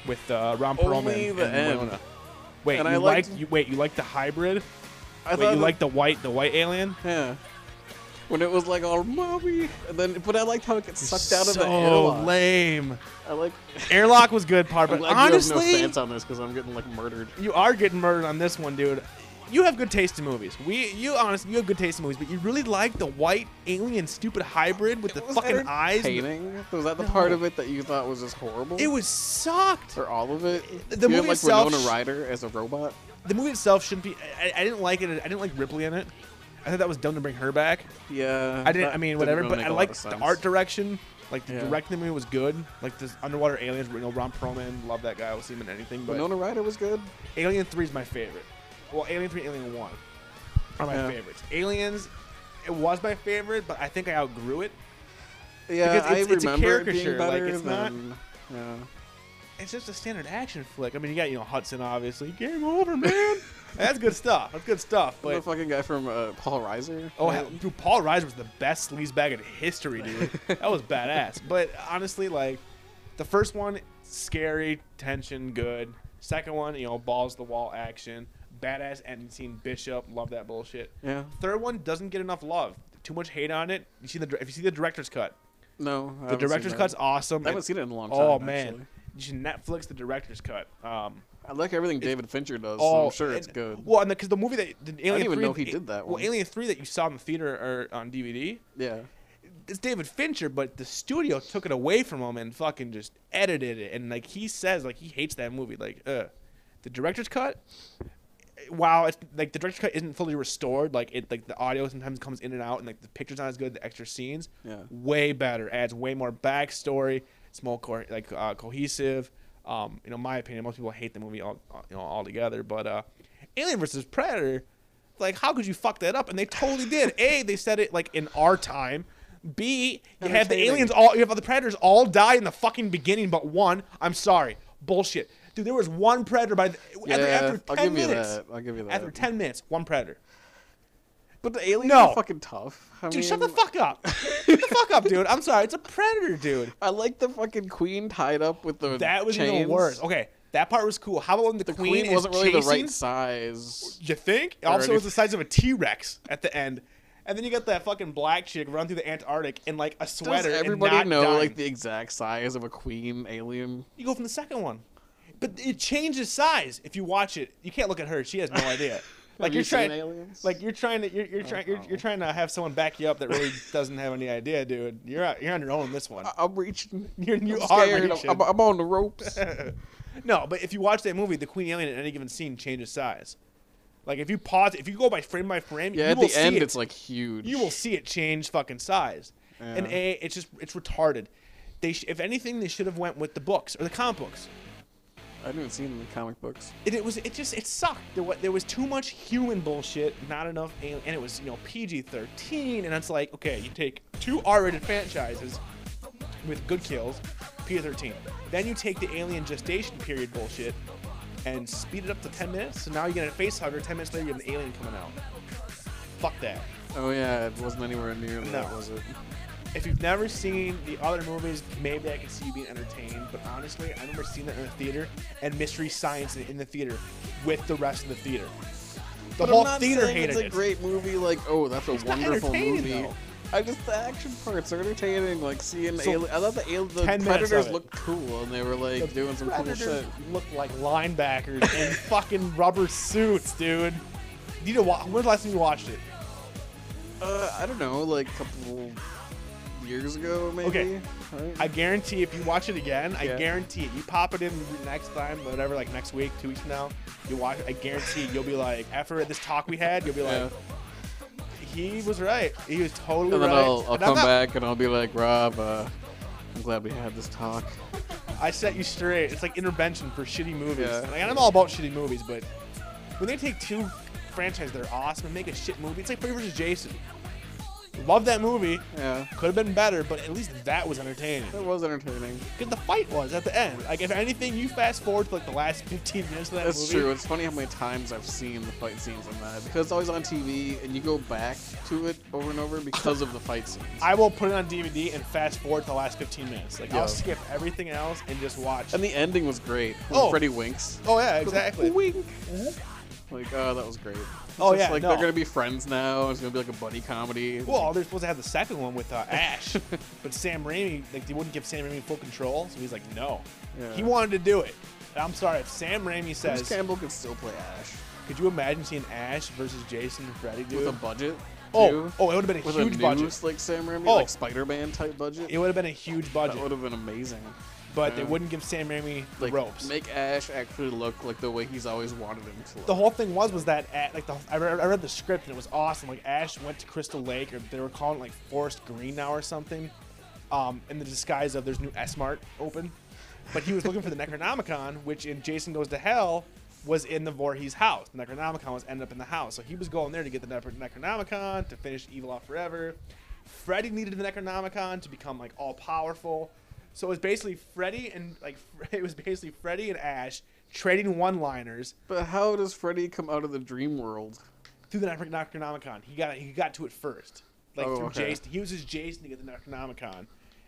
Speaker 1: with uh, Ron
Speaker 2: Only
Speaker 1: Perlman
Speaker 2: the
Speaker 1: and
Speaker 2: end.
Speaker 1: Winona. Wait,
Speaker 2: And
Speaker 1: you
Speaker 2: I liked-
Speaker 1: like you, wait you like the hybrid?
Speaker 2: I
Speaker 1: wait, you
Speaker 2: it-
Speaker 1: like the white the white alien?
Speaker 2: yeah. When it was like all mommy, and then but I liked how it gets sucked out of
Speaker 1: so
Speaker 2: the airlock.
Speaker 1: lame.
Speaker 2: I like.
Speaker 1: Airlock was good part,
Speaker 2: I'm
Speaker 1: but
Speaker 2: glad you have
Speaker 1: honestly,
Speaker 2: no stance on this because I'm getting like murdered.
Speaker 1: you are getting murdered on this one, dude. You have good taste in movies. We, you honestly, you have good taste in movies, but you really like the white alien stupid hybrid with the
Speaker 2: was
Speaker 1: fucking eyes. and the-
Speaker 2: entertaining? Was that the part
Speaker 1: No.
Speaker 2: of it that you thought was just horrible?
Speaker 1: It was sucked.
Speaker 2: or all of it.
Speaker 1: The
Speaker 2: you had,
Speaker 1: movie
Speaker 2: like
Speaker 1: itself
Speaker 2: Winona
Speaker 1: sh-
Speaker 2: Ryder as a robot.
Speaker 1: The movie itself shouldn't be. I, I didn't like it. I didn't like Ripley in it. I thought that was dumb to bring her back.
Speaker 2: Yeah,
Speaker 1: I didn't.
Speaker 2: that
Speaker 1: I mean,
Speaker 2: didn't
Speaker 1: whatever.
Speaker 2: really
Speaker 1: but
Speaker 2: make
Speaker 1: I
Speaker 2: a lot
Speaker 1: liked
Speaker 2: of
Speaker 1: the
Speaker 2: sense.
Speaker 1: art direction. Like the
Speaker 2: Yeah.
Speaker 1: directing of the movie was good. Like this underwater aliens. You know, Ron Perlman. Love that guy. I will see him in anything. But
Speaker 2: Winona Ryder was good.
Speaker 1: Alien Three is my favorite. Well, Alien Three, Alien One are my
Speaker 2: Yeah.
Speaker 1: favorites. Aliens, it was my favorite, but I think I outgrew it.
Speaker 2: Yeah,
Speaker 1: Because it's-
Speaker 2: I
Speaker 1: it's a
Speaker 2: remember it being
Speaker 1: caricature, like,
Speaker 2: better
Speaker 1: it's not-
Speaker 2: than. Yeah.
Speaker 1: It's just a standard action flick. I mean, you got you know Hudson, obviously. Game over, man.
Speaker 2: (laughs)
Speaker 1: That's good stuff. That's good stuff.
Speaker 2: But, the
Speaker 1: But
Speaker 2: fucking guy from uh, Paul Reiser.
Speaker 1: Oh,
Speaker 2: right?
Speaker 1: hell, dude, Paul Reiser was the best sleazebag in history,
Speaker 2: (laughs)
Speaker 1: dude. that was badass. But honestly, like, the first one, scary, tension, good. Second one, you know, balls to the wall action. badass ending scene. Bishop, love that bullshit.
Speaker 2: Yeah.
Speaker 1: Third one doesn't get enough love. Too much hate on it. You see the dir- if you see the director's cut,
Speaker 2: No. I
Speaker 1: the
Speaker 2: haven't seen
Speaker 1: director's
Speaker 2: that.
Speaker 1: cut's awesome.
Speaker 2: I haven't
Speaker 1: It-
Speaker 2: seen it in a long time.
Speaker 1: oh man,
Speaker 2: actually.
Speaker 1: you should Netflix the director's cut. Um,
Speaker 2: I like everything David Fincher does. so
Speaker 1: oh,
Speaker 2: I'm sure
Speaker 1: and-
Speaker 2: it's good.
Speaker 1: Well, and because the, movie that the Alien
Speaker 2: even
Speaker 1: 3,
Speaker 2: know he did that one.
Speaker 1: Well, Alien Three that you saw in the theater or on DVD,
Speaker 2: yeah.
Speaker 1: it's David Fincher, but the studio took it away from him and fucking just edited it. And like he says, like he hates that movie. Like, uh, the director's cut. While it's like the director's cut isn't fully restored, like it like the audio sometimes comes in and out, and like the picture's not as good. The extra scenes,
Speaker 2: Yeah.
Speaker 1: way better. Adds way more backstory. It's more co- like uh, cohesive. Um, you know, my opinion. Most people hate the movie all you know altogether, but uh, Alien versus Predator, like how could you fuck that up? And they totally did. A, they said it like in our time. B, you have the
Speaker 2: Entertaining.
Speaker 1: aliens all you have the predators all die in the fucking beginning, but one. I'm sorry, bullshit, dude. There was one predator by the,
Speaker 2: Yeah.
Speaker 1: after, after 10
Speaker 2: I'll give you
Speaker 1: minutes.
Speaker 2: that. I'll give you that.
Speaker 1: After ten minutes, one predator.
Speaker 2: But the aliens
Speaker 1: No.
Speaker 2: are fucking tough. I
Speaker 1: Dude, shut the
Speaker 2: mean,
Speaker 1: fuck up. shut the fuck up, dude. I'm sorry. It's a predator,
Speaker 2: (laughs)
Speaker 1: dude.
Speaker 2: I like the fucking queen tied up with the
Speaker 1: That was
Speaker 2: chains.
Speaker 1: even worse. Okay, that part was cool. How about when the,
Speaker 2: The
Speaker 1: queen,
Speaker 2: queen,
Speaker 1: is
Speaker 2: wasn't really the
Speaker 1: chasing-
Speaker 2: right size.
Speaker 1: You think?
Speaker 2: Or
Speaker 1: Also, it was
Speaker 2: anything.
Speaker 1: the size of a T Rex at the end. And then you got that fucking black chick run through the Antarctic in like a
Speaker 2: Does
Speaker 1: sweater.
Speaker 2: everybody
Speaker 1: and
Speaker 2: know
Speaker 1: not dying.
Speaker 2: like the exact size of a queen alien?
Speaker 1: You go from the second one. But it changes size if you watch it. You can't look at her. She has no
Speaker 2: (laughs)
Speaker 1: idea. Like
Speaker 2: Have
Speaker 1: you're
Speaker 2: you seen
Speaker 1: trying,
Speaker 2: Aliens?
Speaker 1: like you're trying to, you're, you're trying, you're, you're trying to have someone back you up that
Speaker 2: (laughs)
Speaker 1: really doesn't have any idea, dude. You're out, you're on your own in this one.
Speaker 2: I- I'm reaching.
Speaker 1: (laughs) You're- you
Speaker 2: I'm
Speaker 1: are
Speaker 2: scared. I'm-
Speaker 1: reaching.
Speaker 2: I'm, I'm on
Speaker 1: (laughs)
Speaker 2: the ropes.
Speaker 1: no, but if you watch that movie, the queen alien at any given scene changes size. Like if you pause, if you go by frame by frame,
Speaker 2: Yeah,
Speaker 1: you
Speaker 2: at
Speaker 1: will
Speaker 2: the
Speaker 1: see
Speaker 2: end,
Speaker 1: it
Speaker 2: it's like huge.
Speaker 1: you will see it change fucking size. And
Speaker 2: Yeah.
Speaker 1: a, it's just it's retarded. They sh- if anything, they should have went with the books or the comic books.
Speaker 2: I haven't seen the comic books.
Speaker 1: It, it was it just it sucked. There was, there was too much human bullshit, not enough alien, and it was you know PG thirteen, and it's like okay, you take two R rated franchises with good kills, PG thirteen, then you take the alien gestation period bullshit and speed it up to ten minutes. So now you get a facehugger. Ten minutes later, you have an alien coming out. Fuck that.
Speaker 2: Oh yeah, it wasn't anywhere near that,
Speaker 1: No.
Speaker 2: was it?
Speaker 1: If you've never seen the other movies, maybe I can see you being entertained. But honestly, I remember seeing that in the theater and Mystery Science in- in the theater with the rest of the theater. The
Speaker 2: But I'm
Speaker 1: whole
Speaker 2: not
Speaker 1: theater
Speaker 2: saying
Speaker 1: hated
Speaker 2: it's a
Speaker 1: it.
Speaker 2: great movie. Like, oh, that's a
Speaker 1: not
Speaker 2: wonderful
Speaker 1: entertaining,
Speaker 2: movie.
Speaker 1: though.
Speaker 2: I just the action parts are entertaining. Like seeing
Speaker 1: So,
Speaker 2: ali- I thought the ali- the
Speaker 1: 10 minutes of
Speaker 2: predators
Speaker 1: it.
Speaker 2: looked cool and they were like
Speaker 1: The
Speaker 2: doing some cool
Speaker 1: Predators
Speaker 2: shit.
Speaker 1: Look like linebackers (laughs) in fucking rubber suits, dude. You need to watch. When's the last time you watched it?
Speaker 2: Uh, I don't know, like a couple years ago maybe.
Speaker 1: Okay.
Speaker 2: Right?
Speaker 1: I guarantee if you watch it again, I
Speaker 2: Yeah.
Speaker 1: guarantee it. You pop it in next time, whatever, like next week, two weeks from now, you watch. I guarantee you'll be like, after this talk we had, you'll be like.
Speaker 2: Yeah.
Speaker 1: He was right. He was totally
Speaker 2: And then
Speaker 1: right.
Speaker 2: I'll, I'll
Speaker 1: And
Speaker 2: come
Speaker 1: I'm not-
Speaker 2: back and I'll be like, Rob, uh, I'm glad we had this talk.
Speaker 1: I set you straight. It's like intervention for shitty movies.
Speaker 2: Yeah.
Speaker 1: Like, and I'm all about shitty movies, but when they take two franchises that are awesome and make a shit movie, it's like Freddy vs. Jason. Love that movie.
Speaker 2: Yeah,
Speaker 1: Could have been better, but at least that was entertaining.
Speaker 2: that was entertaining.
Speaker 1: Because the fight was at the end. Like, if anything, you fast forward to like the last 15 minutes of that
Speaker 2: That's
Speaker 1: movie.
Speaker 2: true. It's funny how many times I've seen the fight scenes in that because it's always on TV and you go back to it over and over because of the fight scenes.
Speaker 1: I will put it on DVD and fast forward to the last 15 minutes. Like,
Speaker 2: Yeah.
Speaker 1: I'll skip everything else and just watch.
Speaker 2: And the ending was great. When
Speaker 1: Oh.
Speaker 2: Freddy winks.
Speaker 1: oh, yeah, exactly.
Speaker 2: Wink. Like, oh, that was great. It's
Speaker 1: Oh,
Speaker 2: just
Speaker 1: yeah,
Speaker 2: Like
Speaker 1: no.
Speaker 2: they're gonna be friends now. It's gonna be like a buddy comedy.
Speaker 1: Well, they're supposed to have the second one with uh,
Speaker 2: (laughs)
Speaker 1: Ash, but Sam Raimi, like, they wouldn't give Sam Raimi full control, so he's like, no.
Speaker 2: Yeah.
Speaker 1: He wanted to do it. And I'm sorry, if Sam Raimi
Speaker 2: Bruce
Speaker 1: says,
Speaker 2: Campbell could still play Ash
Speaker 1: could you imagine seeing Ash versus Jason and Freddy, dude?
Speaker 2: with a budget.
Speaker 1: oh,
Speaker 2: too.
Speaker 1: oh, it would have been a
Speaker 2: with
Speaker 1: huge
Speaker 2: a
Speaker 1: budget.
Speaker 2: noose like Sam Raimi,
Speaker 1: Oh.
Speaker 2: like Spider-Man type budget.
Speaker 1: It would have been a huge
Speaker 2: that would
Speaker 1: budget,
Speaker 2: have been amazing.
Speaker 1: but they
Speaker 2: yeah.
Speaker 1: wouldn't give Sam Raimi the
Speaker 2: Like
Speaker 1: ropes.
Speaker 2: make Ash actually look like the way he's always wanted him to. Look.
Speaker 1: the whole thing was was that at, like the, I, read, I read the script and it was awesome. Like Ash went to Crystal Lake or they were calling it like Forest Green now or something, um, in the disguise of there's new S Mart open, but he was looking for the (laughs) Necronomicon, which in Jason Goes to Hell was in the Voorhees house. The Necronomicon was ended up in the house, so he was going there to get the Necro- Necronomicon to finish evil off forever. Freddy needed the Necronomicon to become like all powerful. So it was basically Freddy and like (laughs) it was basically Freddy and Ash trading one-liners
Speaker 2: But how does Freddy come out of the dream world?
Speaker 1: through the Necron- Necronomicon. He got he got to it first, like
Speaker 2: Oh,
Speaker 1: through
Speaker 2: okay.
Speaker 1: Jason. He uses Jason to get the Necronomicon,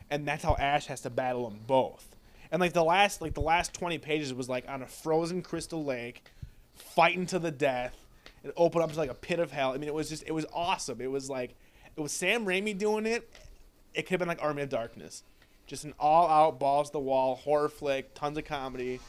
Speaker 1: and that's how Ash has to battle them both. And like the last like the last twenty pages was like on a frozen crystal lake, fighting to the death. It opened up to like a pit of hell. I mean, it was just it was awesome. It was like it was Sam Raimi doing it. It could have been like Army of Darkness, just an all-out balls to the wall horror flick, tons of comedy.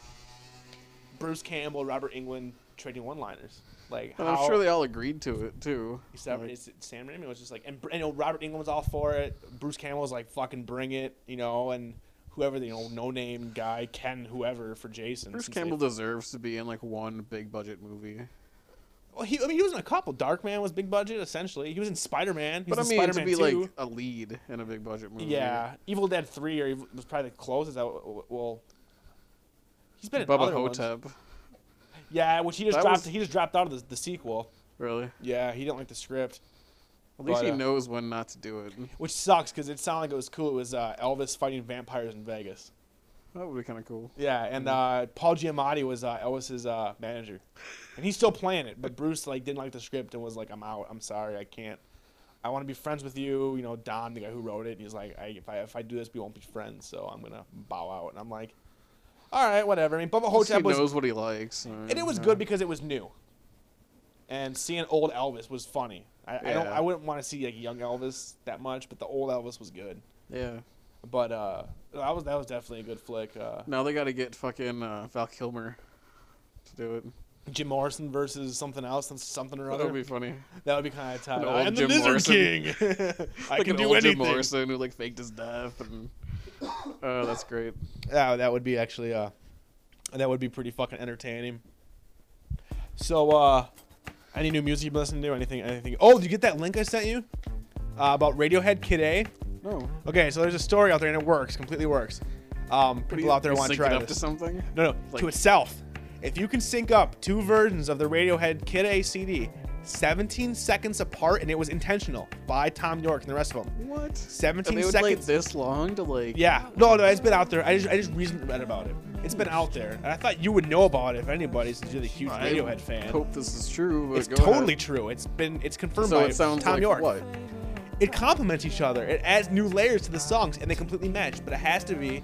Speaker 1: Bruce Campbell, Robert England trading one-liners. Like
Speaker 2: And I'm
Speaker 1: how-
Speaker 2: sure they all agreed to it too.
Speaker 1: Sam,
Speaker 2: Like,
Speaker 1: it's, Sam Raimi was just like, and, and you know, Robert England was all for it. Bruce Campbell was like, fucking bring it, you know, and whoever the you know, no name guy, Ken, whoever for Jason.
Speaker 2: Bruce
Speaker 1: since they-
Speaker 2: Campbell deserves to be in like one big budget movie.
Speaker 1: well, he, I mean, he was in a couple. Dark Man was big budget, essentially. He was in Spider Man.
Speaker 2: But I
Speaker 1: in
Speaker 2: mean,
Speaker 1: Spider
Speaker 2: to
Speaker 1: Man
Speaker 2: be
Speaker 1: 2.
Speaker 2: like a lead in a big budget movie.
Speaker 1: yeah, Evil Dead Three or Evil, was probably the closest. I w- well, he's been in
Speaker 2: Bubba
Speaker 1: other ones.
Speaker 2: Hotep.
Speaker 1: Yeah, which he just
Speaker 2: That
Speaker 1: dropped.
Speaker 2: was-
Speaker 1: He just dropped out of the, the sequel.
Speaker 2: Really? At
Speaker 1: Yeah, he didn't like the script.
Speaker 2: least
Speaker 1: But,
Speaker 2: he
Speaker 1: uh,
Speaker 2: knows when not to do it.
Speaker 1: which sucks because it sounded like it was cool. It was uh, Elvis fighting vampires in Vegas.
Speaker 2: That would be kind of cool.
Speaker 1: Yeah, and
Speaker 2: Mm-hmm.
Speaker 1: uh, Paul Giamatti was uh, Elvis's uh, manager, and he's still playing it. But Bruce like didn't like the script and was like, "I'm out. I'm sorry. I can't. I want to be friends with you." You know, Don, the guy who wrote it, he's like, I, "If I if I do this, we won't be friends. So I'm gonna bow out." And I'm like, "All right, whatever." I mean, Bubba
Speaker 2: At least
Speaker 1: Hotep
Speaker 2: he
Speaker 1: was,
Speaker 2: knows what he likes. uh,
Speaker 1: and it was good because it was new, and seeing old Elvis was funny. I, I don't.
Speaker 2: Yeah.
Speaker 1: I wouldn't want to see like young Elvis that much, but the old Elvis was good.
Speaker 2: yeah.
Speaker 1: But uh, that was that was definitely a good flick. Uh,
Speaker 2: Now they got to get fucking uh, Val Kilmer to do it.
Speaker 1: Jim Morrison versus something else, and something or
Speaker 2: That
Speaker 1: other.
Speaker 2: would be funny.
Speaker 1: that would be kind of tight.
Speaker 2: An old
Speaker 1: I'm
Speaker 2: Jim
Speaker 1: the Lizard
Speaker 2: Morrison. (laughs)
Speaker 1: King. I
Speaker 2: like
Speaker 1: can
Speaker 2: an
Speaker 1: do
Speaker 2: old
Speaker 1: anything.
Speaker 2: Jim Morrison who like faked his death, and (coughs) oh, that's great.
Speaker 1: Yeah, that would be actually uh, that would be pretty fucking entertaining. So, uh, any new music you've been listening to? Anything? Anything? Oh, did you get that link I sent you uh, about Radiohead Kid A?
Speaker 2: No,
Speaker 1: Okay, so there's a story out there, and it works. Completely works. Um, people out there
Speaker 2: You
Speaker 1: want to
Speaker 2: sync
Speaker 1: try
Speaker 2: it up
Speaker 1: this.
Speaker 2: to something.
Speaker 1: No, no,
Speaker 2: Like-
Speaker 1: to itself. If you can sync up two versions of the Radiohead Kid A CD, 17 seconds apart, and it was intentional by Tom York and the rest of them.
Speaker 2: What?
Speaker 1: 17
Speaker 2: and they would play
Speaker 1: seconds.
Speaker 2: this long to like.
Speaker 1: yeah, no, no, it's been out there. I just, I just recently read about it. It's been out there, and I thought you would know about it if anybody, since you're the huge
Speaker 2: I
Speaker 1: Radiohead fan.
Speaker 2: Hope this is true. But
Speaker 1: it's
Speaker 2: go
Speaker 1: totally
Speaker 2: ahead.
Speaker 1: true. It's been, it's confirmed
Speaker 2: So
Speaker 1: by
Speaker 2: it sounds
Speaker 1: Tom
Speaker 2: like
Speaker 1: York.
Speaker 2: what?
Speaker 1: It complements each other. It adds new layers to the songs, and they completely match. But it has to be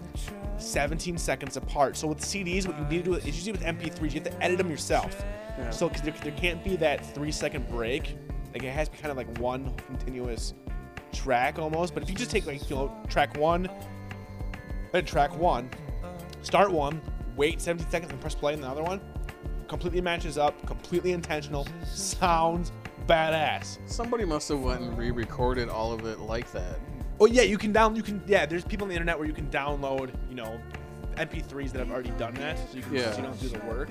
Speaker 1: 17 seconds apart. So with CDs, what you need to do is usually with MP3s, you have to edit them yourself.
Speaker 2: Yeah.
Speaker 1: So because there, there can't be that three second break. Like it has to be kind of like one continuous track almost. But if you just take like you know track one, then track one, start one, wait 17 seconds, and press play on the other one, completely matches up, completely intentional, sounds badass.
Speaker 2: Somebody must have went and re-recorded all of it like that.
Speaker 1: Oh yeah, you can down. You can yeah. There's people on the internet where you can download. You know, MP3s that have already done that, so you can just,
Speaker 2: Yeah.
Speaker 1: you know do the work.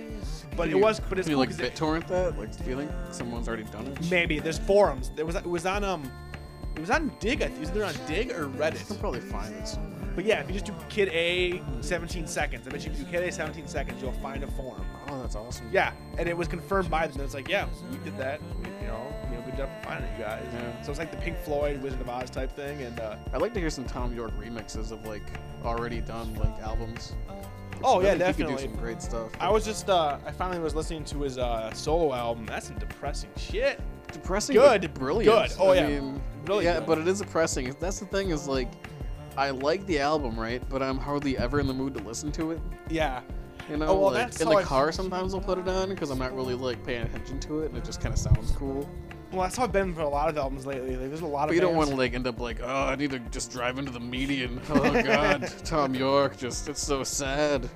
Speaker 1: But
Speaker 2: Can
Speaker 1: it
Speaker 2: you-
Speaker 1: was. But it's
Speaker 2: can you
Speaker 1: cool
Speaker 2: like
Speaker 1: 'cause it-
Speaker 2: BitTorrent that? Like, do you think someone's already done it?
Speaker 1: maybe there's forums. There was it was on um, it was on Dig. I think. It was either on Dig or
Speaker 2: You can
Speaker 1: Reddit.
Speaker 2: probably find it somewhere.
Speaker 1: But yeah, if you just do Kid A 17 seconds, I bet you if you do Kid A 17 seconds, you'll find a forum.
Speaker 2: Oh, that's awesome.
Speaker 1: Yeah, and it was confirmed by them. It's like yeah, we did that. We, you know, you know, good job for finding it, you guys.
Speaker 2: Yeah.
Speaker 1: So it's like the Pink Floyd Wizard of Oz type thing, and uh,
Speaker 2: I'd like to hear some Tom York remixes of like already done like albums.
Speaker 1: oh
Speaker 2: I
Speaker 1: yeah,
Speaker 2: think
Speaker 1: definitely.
Speaker 2: He could do some great stuff.
Speaker 1: I was just uh I finally was listening to his uh solo album. That's some depressing shit.
Speaker 2: depressing.
Speaker 1: Good,
Speaker 2: but brilliant.
Speaker 1: good. Oh,
Speaker 2: I
Speaker 1: yeah.
Speaker 2: mean,
Speaker 1: Really
Speaker 2: yeah,
Speaker 1: good.
Speaker 2: but it is depressing. That's the thing is like, I like the album, right? But I'm hardly ever in the mood to listen to it.
Speaker 1: Yeah.
Speaker 2: You know,
Speaker 1: Oh, well,
Speaker 2: like
Speaker 1: that's
Speaker 2: in
Speaker 1: how
Speaker 2: the
Speaker 1: I-
Speaker 2: car sometimes I'll put it on because I'm not really like paying attention to it, and it just kind of sounds cool.
Speaker 1: Well, that's how I've been for a lot of albums lately. Like, there's a lot of
Speaker 2: But you don't want
Speaker 1: bands-
Speaker 2: to like end up like, oh, I need to just drive into the
Speaker 1: (laughs)
Speaker 2: median. Oh God, Tom York, just it's so sad.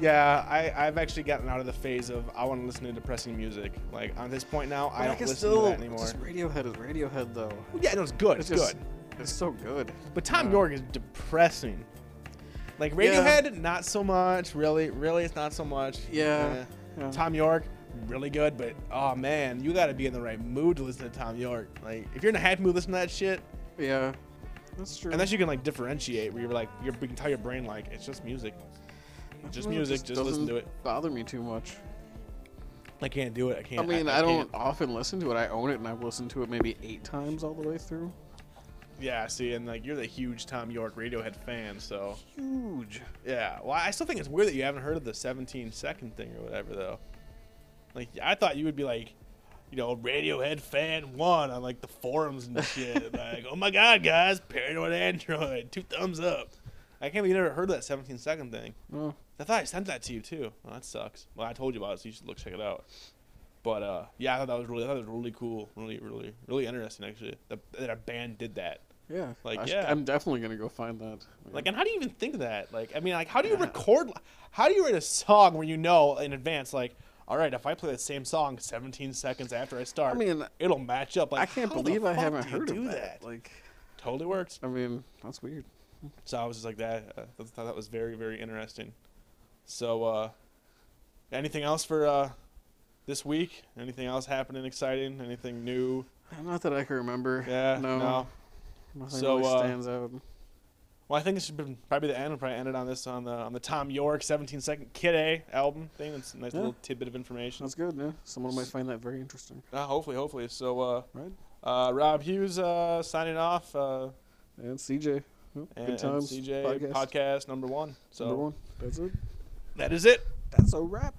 Speaker 1: Yeah, I I've actually gotten out of the phase of I want to listen to depressing music. Like on this point now, I
Speaker 2: But
Speaker 1: don't
Speaker 2: can
Speaker 1: listen
Speaker 2: still,
Speaker 1: to that anymore.
Speaker 2: Just Radiohead is Radiohead though.
Speaker 1: Yeah, no, it's good.
Speaker 2: It's
Speaker 1: It's,
Speaker 2: just,
Speaker 1: good.
Speaker 2: It's so good.
Speaker 1: But Tom
Speaker 2: Yeah.
Speaker 1: York is depressing. Like
Speaker 2: Yeah.
Speaker 1: Radiohead, not so much. Really, really, it's not so much.
Speaker 2: Yeah, yeah.
Speaker 1: Tom York, really good, but oh man, you got to be in the right mood to listen to Tom York. Like if you're in a happy mood, listen to that shit.
Speaker 2: Yeah, that's true.
Speaker 1: Unless you can like differentiate, where you're like, you're, you can tell your brain like it's just music, it's just
Speaker 2: Well, it
Speaker 1: music, just, listen
Speaker 2: doesn't
Speaker 1: to it.
Speaker 2: Bother me too much.
Speaker 1: I can't do it. I can't.
Speaker 2: I mean, I,
Speaker 1: can't.
Speaker 2: don't often listen to it. I own it, and I've listened to it maybe eight times all the way through.
Speaker 1: Yeah, see, and like you're the huge Tom York Radiohead fan, so
Speaker 2: Huge.
Speaker 1: yeah. Well, I still think it's weird that you haven't heard of the 17 second thing or whatever though. Like I thought you would be like, you know, Radiohead fan one on like the forums and shit. (laughs) like, oh my god, guys, Paranoid Android, two thumbs up. I can't believe you never heard of that 17 second thing.
Speaker 2: Oh,
Speaker 1: I thought I sent that to you too. Well, that sucks. Well, I told you about it, so you should look check it out. But uh, yeah, I thought that was really, I thought that was really cool, really, really, really interesting actually. That, that a band did that.
Speaker 2: Yeah.
Speaker 1: Like,
Speaker 2: I
Speaker 1: yeah.
Speaker 2: am definitely gonna go find that. man.
Speaker 1: Like, and how do you even think of that? Like, I mean, like, how do you record? How do you write a song where you know in advance, like, all right, if I play the same song 17 seconds after I start,
Speaker 2: I mean,
Speaker 1: it'll match up. Like,
Speaker 2: I can't
Speaker 1: how the
Speaker 2: believe I
Speaker 1: fuck
Speaker 2: haven't
Speaker 1: do you
Speaker 2: heard
Speaker 1: do
Speaker 2: of that. Like,
Speaker 1: totally works.
Speaker 2: I mean, that's weird.
Speaker 1: So I was just like that. uh, I thought that was very, very interesting. So, uh, anything else for uh, this week? Anything else happening exciting? Anything new?
Speaker 2: Not that I can remember.
Speaker 1: Yeah.
Speaker 2: No.
Speaker 1: no.
Speaker 2: Nothing
Speaker 1: So,
Speaker 2: really
Speaker 1: uh,
Speaker 2: stands out.
Speaker 1: Well, I think this should be probably the end. We'll probably end it on this on the on the Tom York 17 second Kid A album thing. That's a nice
Speaker 2: Yeah.
Speaker 1: little tidbit of information.
Speaker 2: That's good. Yeah. Someone might find that very interesting.
Speaker 1: Uh, hopefully, hopefully. So, uh,
Speaker 2: Right.
Speaker 1: uh, Rob Hughes uh, signing off. Uh,
Speaker 2: And CJ. Oh,
Speaker 1: and,
Speaker 2: good
Speaker 1: and
Speaker 2: times.
Speaker 1: CJ podcast. number one. So
Speaker 2: Number one. That's it.
Speaker 1: that is it.
Speaker 2: That's a wrap.